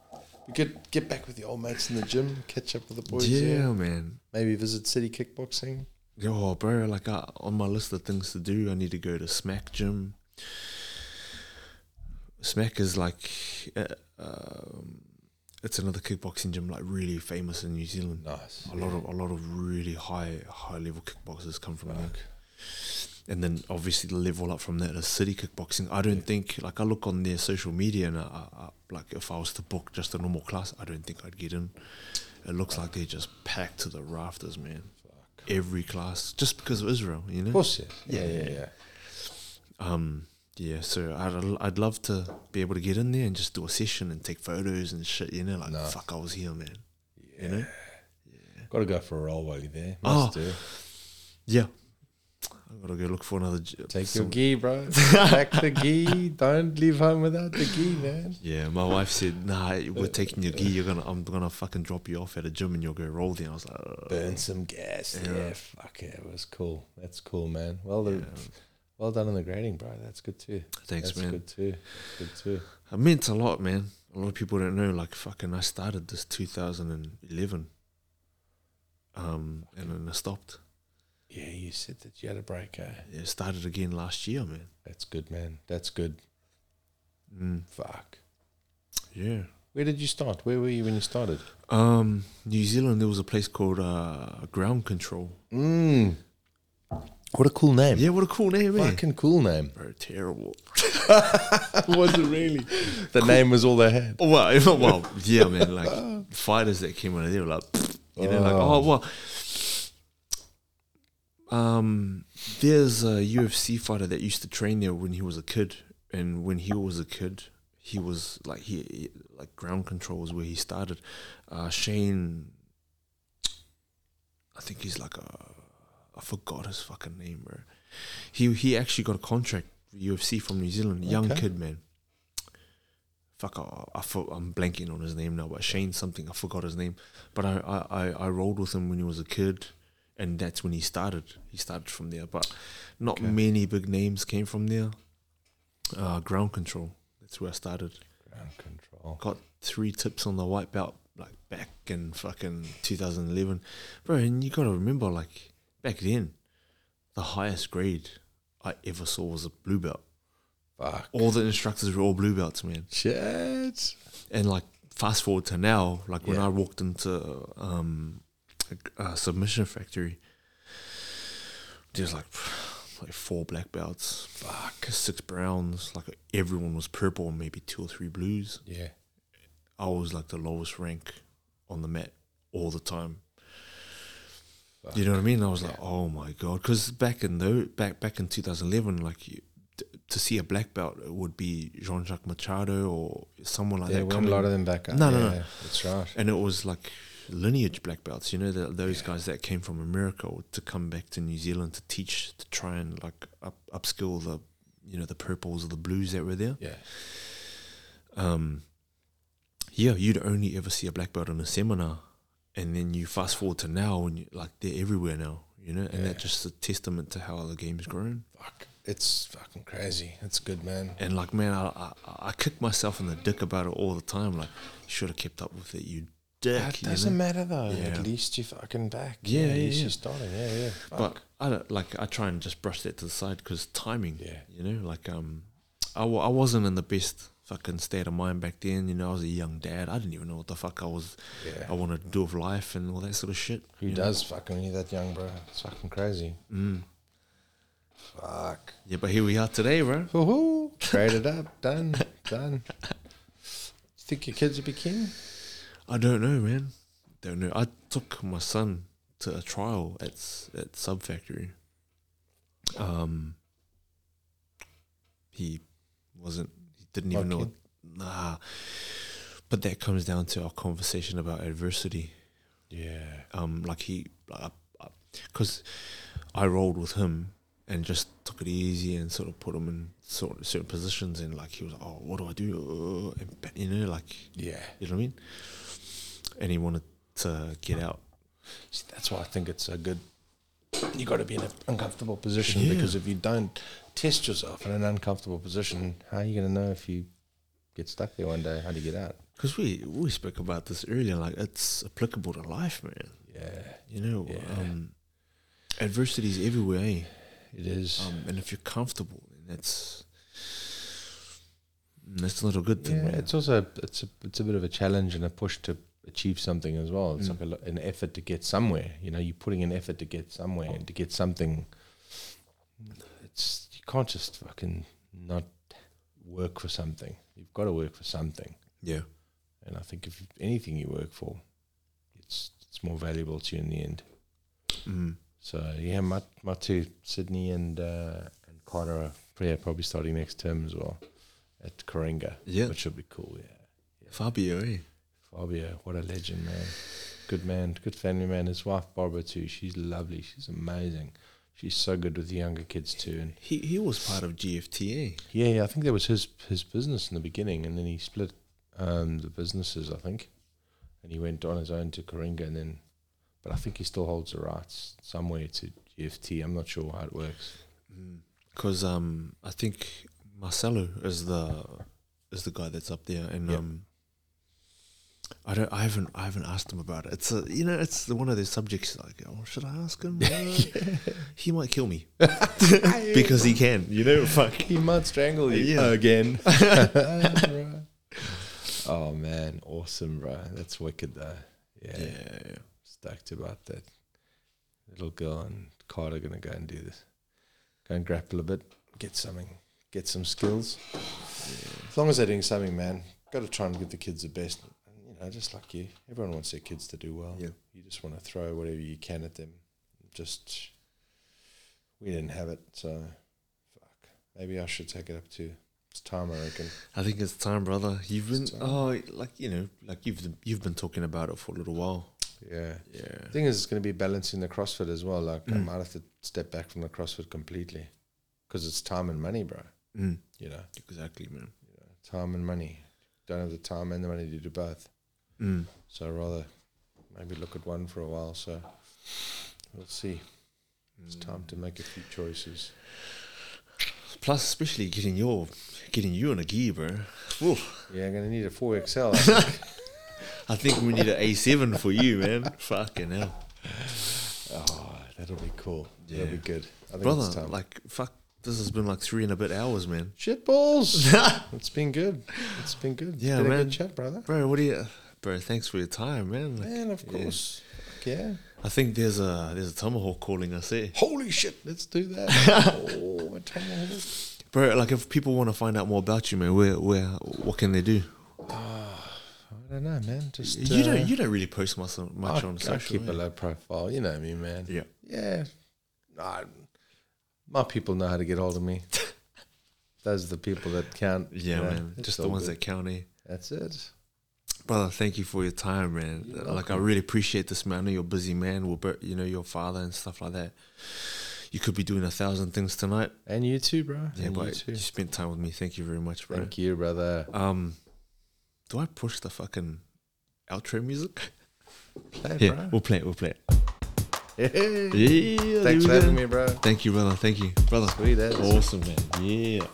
[SPEAKER 1] we could get back with the old mates in the gym, catch up with the boys.
[SPEAKER 2] yeah,
[SPEAKER 1] Yeah.
[SPEAKER 2] man.
[SPEAKER 1] Maybe visit City Kickboxing.
[SPEAKER 2] Yo, bro, like I, on my list of things to do, I need to go to Smack Gym. Smack is like, uh, um, it's another kickboxing gym, like really famous in New Zealand.
[SPEAKER 1] Nice.
[SPEAKER 2] A lot of a lot of really high high level kickboxers come from there,
[SPEAKER 1] Fuck.
[SPEAKER 2] and then obviously the level up from that is city kickboxing. I don't think like I look on their social media and I, I, I, like if I was to book just a normal class, I don't think I'd get in. It looks like they're just packed to the rafters, man.
[SPEAKER 1] Fuck.
[SPEAKER 2] Every class, just because of Israel, you know.
[SPEAKER 1] Of course, yeah.
[SPEAKER 2] Yeah,
[SPEAKER 1] Yeah, yeah,
[SPEAKER 2] yeah.
[SPEAKER 1] yeah.
[SPEAKER 2] Um, yeah, so I'd, I'd love to be able to get in there and just do a session and take photos and shit, you know, like,
[SPEAKER 1] Nice.
[SPEAKER 2] fuck, I was here, man. You know?
[SPEAKER 1] Got to go for a roll while you're there.
[SPEAKER 2] Oh,
[SPEAKER 1] Must do.
[SPEAKER 2] Yeah. I'm going to go look for another. j-
[SPEAKER 1] Take your
[SPEAKER 2] some-
[SPEAKER 1] gi, bro. Pack the gi. Don't leave home without the gi, man.
[SPEAKER 2] Yeah, my wife said, nah,
[SPEAKER 1] Uh,
[SPEAKER 2] we're taking your gi. You're gonna, I'm gonna fucking drop you off at a gym and you'll go roll there. I was like, "Uh, "Ugh."
[SPEAKER 1] Burn some gas.
[SPEAKER 2] Yeah.
[SPEAKER 1] Yeah. fuck it. It was cool. That's cool, man. Well, the,
[SPEAKER 2] Yeah.
[SPEAKER 1] well done on the grading, bro. That's good too.
[SPEAKER 2] thanks,
[SPEAKER 1] That's
[SPEAKER 2] man.
[SPEAKER 1] good too. That's good too.
[SPEAKER 2] It meant a lot, man. A lot of people don't know. Like fucking, I started this 2011, um, and then I stopped.
[SPEAKER 1] Yeah, you said that you had a break. Eh?
[SPEAKER 2] Yeah, started again last year, man.
[SPEAKER 1] That's good, man. That's good.
[SPEAKER 2] Mm,
[SPEAKER 1] Fuck.
[SPEAKER 2] yeah.
[SPEAKER 1] Where did you start? Where were you when you started?
[SPEAKER 2] Um, New Zealand. There was a place called uh, Ground Control.
[SPEAKER 1] Mm. What a cool name.
[SPEAKER 2] Yeah, what a cool name, eh?
[SPEAKER 1] Fucking cool name.
[SPEAKER 2] Bro, terrible.
[SPEAKER 1] was it really? The name was all they had.
[SPEAKER 2] Oh, well, if- well, yeah, man. Like fighters that came out of there were like, you know, like oh well. Um, there's a UFC fighter that used to train there when he was a kid, and when he was a kid, he was like he, he- like ground control is where he started. Uh, Shane, I think he's like a, I forgot his fucking name, bro. He he actually got a contract with UFC from New Zealand, young
[SPEAKER 1] Okay.
[SPEAKER 2] kid man. Fuck, I, I for, I'm blanking on his name now, but Shane something, I forgot his name. But I, I, I, I rolled with him when he was a kid, and that's when he started. He started from there, but not
[SPEAKER 1] Okay.
[SPEAKER 2] many big names came from there. Uh, ground control, that's where I started.
[SPEAKER 1] Ground control. Wow.
[SPEAKER 2] Got three tips on the white belt like back in fucking 2011, bro. And you gotta remember, like back then, the highest grade I ever saw was a blue belt.
[SPEAKER 1] Fuck.
[SPEAKER 2] All the instructors were all blue belts, man.
[SPEAKER 1] Shit.
[SPEAKER 2] And like fast forward to now, like when
[SPEAKER 1] Yeah.
[SPEAKER 2] I walked into um, a, a submission factory, there's like like four black belts, fuck, six browns. Like everyone was purple, and maybe two or three blues.
[SPEAKER 1] Yeah.
[SPEAKER 2] I was like the lowest rank on the mat all the time. You know what I mean? I was like, oh my god, because back in the back back in 2011, like you, t- to see a black belt it would be Jean Jacques Machado or someone like
[SPEAKER 1] yeah,
[SPEAKER 2] that.
[SPEAKER 1] when
[SPEAKER 2] coming.
[SPEAKER 1] a lot of them back up.
[SPEAKER 2] No, no, no.
[SPEAKER 1] Yeah, That's right.
[SPEAKER 2] and it was like lineage black belts. You know, the, those guys that came from America or to come back to New Zealand to teach to try and like up upskill the you know the purples or the blues that were there.
[SPEAKER 1] Yeah.
[SPEAKER 2] um, yeah, you'd only ever see a black belt in a seminar, and then you fast forward to now, and you, like they're everywhere now, you know, and
[SPEAKER 1] Yeah.
[SPEAKER 2] that's just a testament to how the game's grown.
[SPEAKER 1] Fuck. It's fucking crazy. It's good, man.
[SPEAKER 2] And like, man, I, I I kick myself in the dick about it all the time. Like, you should have kept up with it, you dick.
[SPEAKER 1] That
[SPEAKER 2] you
[SPEAKER 1] doesn't
[SPEAKER 2] know?
[SPEAKER 1] matter though.
[SPEAKER 2] Yeah.
[SPEAKER 1] At least you're fucking back.
[SPEAKER 2] Yeah,
[SPEAKER 1] At
[SPEAKER 2] yeah,
[SPEAKER 1] least
[SPEAKER 2] yeah.
[SPEAKER 1] you're starting. Yeah, yeah.
[SPEAKER 2] But I don't like. I try and just brush that to the side because timing.
[SPEAKER 1] Yeah.
[SPEAKER 2] You know, like um, I, w- I wasn't in the best fucking state of mind back then. You know, I was a young dad. I didn't even know what the fuck I was.
[SPEAKER 1] Yeah.
[SPEAKER 2] I wanted to do with life and all that sort of shit.
[SPEAKER 1] Who
[SPEAKER 2] you know?
[SPEAKER 1] does fucking when you're that young, bro? It's fucking crazy.
[SPEAKER 2] Mm.
[SPEAKER 1] Fuck.
[SPEAKER 2] Yeah, but here we are today, bro.
[SPEAKER 1] Woohoo. Trade it up. Done. Done. You think your kids will be king?
[SPEAKER 2] I don't know, man. Don't know. I took my son to a trial at s- at Sub Factory. Um, he wasn't. He didn't even know.
[SPEAKER 1] Not
[SPEAKER 2] What, nah, but that comes down to our conversation about adversity.
[SPEAKER 1] Yeah.
[SPEAKER 2] Um, like he, because I rolled with him and just took it easy and sort of put him in sort of certain positions and like he was, oh, what do I do? Uh, And, you know, like
[SPEAKER 1] Yeah.
[SPEAKER 2] You know what I mean? And he wanted to get out.
[SPEAKER 1] See, that's why I think it's a good. You got to be in an uncomfortable position because if you don't test yourself in an uncomfortable position, how are you going to know if you get stuck there one day? How do you get out?
[SPEAKER 2] Because we, we spoke about this earlier, like it's applicable to life, man.
[SPEAKER 1] Yeah,
[SPEAKER 2] You know,
[SPEAKER 1] Yeah.
[SPEAKER 2] um, adversity is everywhere, eh?
[SPEAKER 1] it is.
[SPEAKER 2] Um, and if you're comfortable, then that's that's not a good thing,
[SPEAKER 1] yeah,
[SPEAKER 2] man.
[SPEAKER 1] it's also it's a it's a bit of a challenge and a push to achieve something as well. It's like a, lo- an effort to get somewhere. You know, you're putting an effort to get somewhere and to get something. It's you can't just fucking not work for something. You've got to work for something.
[SPEAKER 2] yeah.
[SPEAKER 1] And I think if anything you work for, it's it's more valuable to you in the end.
[SPEAKER 2] Mm.
[SPEAKER 1] So yeah, my my two Sydney and uh, and Carter are yeah, probably starting next term as well at Coringa,
[SPEAKER 2] Yeah.
[SPEAKER 1] which should be cool. Yeah,
[SPEAKER 2] Fabio, eh?
[SPEAKER 1] Fabio, Oh, what a legend, man! Good man, good family man. His wife Barbara too. She's lovely. She's amazing. She's so good with the younger kids too. And
[SPEAKER 2] He he was part of GFTA.
[SPEAKER 1] yeah, yeah, I think that was his his business in the beginning, and then he split um, the businesses, I think, and he went on his own to Coringa, and then, but I think he still holds the rights somewhere to GFT. I'm not sure how it works.
[SPEAKER 2] because um, I think Marcelo is the is the guy that's up there, and
[SPEAKER 1] Yeah.
[SPEAKER 2] um, I don't, I haven't, I haven't asked him about it. It's a, you know, it's one of those subjects. Like, oh, should I ask him? Uh, He might kill me because he can. You know, fuck.
[SPEAKER 1] He might strangle you
[SPEAKER 2] Yeah.
[SPEAKER 1] again. oh man, awesome, bro. That's wicked, though. Yeah,
[SPEAKER 2] Yeah, yeah.
[SPEAKER 1] stoked about that. Little girl and Carter gonna go and do this. Go and grapple a bit, get something, get some skills. As long as they're doing something, man, got to try and give the kids the best. And, you know, just like you, everyone wants their kids to do well.
[SPEAKER 2] Yeah.
[SPEAKER 1] You just want to throw whatever you can at them. Just we didn't have it, so fuck. Maybe I should take it up too. It's time, I reckon.
[SPEAKER 2] I think it's time, brother. You've been,
[SPEAKER 1] It's time.
[SPEAKER 2] oh, like you know, like you've you've been talking about it for a little while.
[SPEAKER 1] Yeah.
[SPEAKER 2] Yeah.
[SPEAKER 1] thing is, it's going to be balancing the CrossFit as well. Like, I
[SPEAKER 2] Mm.
[SPEAKER 1] might have to step back from the CrossFit completely because it's time and money, bro.
[SPEAKER 2] Mm,
[SPEAKER 1] You know,
[SPEAKER 2] exactly, man.
[SPEAKER 1] time and money. Don't have the time and the money to do both.
[SPEAKER 2] Mm.
[SPEAKER 1] So, I'd rather maybe look at one for a while. So, we'll see. It's time to make a few choices.
[SPEAKER 2] Plus, especially getting your getting you on a gi, bro. Whew.
[SPEAKER 1] Yeah, I'm gonna need a four XL.
[SPEAKER 2] I think we need an A7 for you, man. Fucking hell.
[SPEAKER 1] oh, that'll be cool. That'll be
[SPEAKER 2] Yeah.
[SPEAKER 1] good. I think it's
[SPEAKER 2] Brother,
[SPEAKER 1] time.
[SPEAKER 2] like, fuck, this has been like three and a bit hours, man.
[SPEAKER 1] Shit balls. it's been good. It's been good.
[SPEAKER 2] Yeah,
[SPEAKER 1] been a
[SPEAKER 2] man.
[SPEAKER 1] good chat, brother.
[SPEAKER 2] Bro, what do you. Bro, thanks for your time, man. Like,
[SPEAKER 1] Man, of course. Fuck Yeah.
[SPEAKER 2] I think there's a there's a tomahawk calling us eh? here,
[SPEAKER 1] Holy shit, let's do that. oh, my tomahawk.
[SPEAKER 2] bro. Like if people want to find out more about you, man, where where what can they do?
[SPEAKER 1] I don't know, man. Just
[SPEAKER 2] you
[SPEAKER 1] uh,
[SPEAKER 2] don't you don't really post much on, much
[SPEAKER 1] I,
[SPEAKER 2] on
[SPEAKER 1] I
[SPEAKER 2] social. eh?
[SPEAKER 1] keep a
[SPEAKER 2] yeah.
[SPEAKER 1] low profile. You know me, man.
[SPEAKER 2] Yeah.
[SPEAKER 1] Yeah. Nah, my people know how to get hold of me. Those are the people that count.
[SPEAKER 2] Yeah,
[SPEAKER 1] you know,
[SPEAKER 2] man.
[SPEAKER 1] it's
[SPEAKER 2] Just the
[SPEAKER 1] all
[SPEAKER 2] ones
[SPEAKER 1] good.
[SPEAKER 2] that count, eh?
[SPEAKER 1] That's it.
[SPEAKER 2] Brother, thank you for your time, man. like, I really appreciate this, man. I know you're a busy, man. Well, but, you know, your father and stuff like that. You could be doing a thousand things tonight.
[SPEAKER 1] And you too, bro.
[SPEAKER 2] Yeah,
[SPEAKER 1] and you
[SPEAKER 2] but
[SPEAKER 1] too.
[SPEAKER 2] you, spent time with me. Thank you very much, bro.
[SPEAKER 1] Thank you, brother.
[SPEAKER 2] Um, do I push the fucking outro music?
[SPEAKER 1] Play, it,
[SPEAKER 2] Yeah,
[SPEAKER 1] bro.
[SPEAKER 2] we'll play it. We'll play it.
[SPEAKER 1] Hey.
[SPEAKER 2] Yeah, there
[SPEAKER 1] Thanks
[SPEAKER 2] we
[SPEAKER 1] for
[SPEAKER 2] go.
[SPEAKER 1] having me, bro.
[SPEAKER 2] Thank you, brother. Thank you, brother.
[SPEAKER 1] Sweet as.
[SPEAKER 2] Awesome, man. Yeah.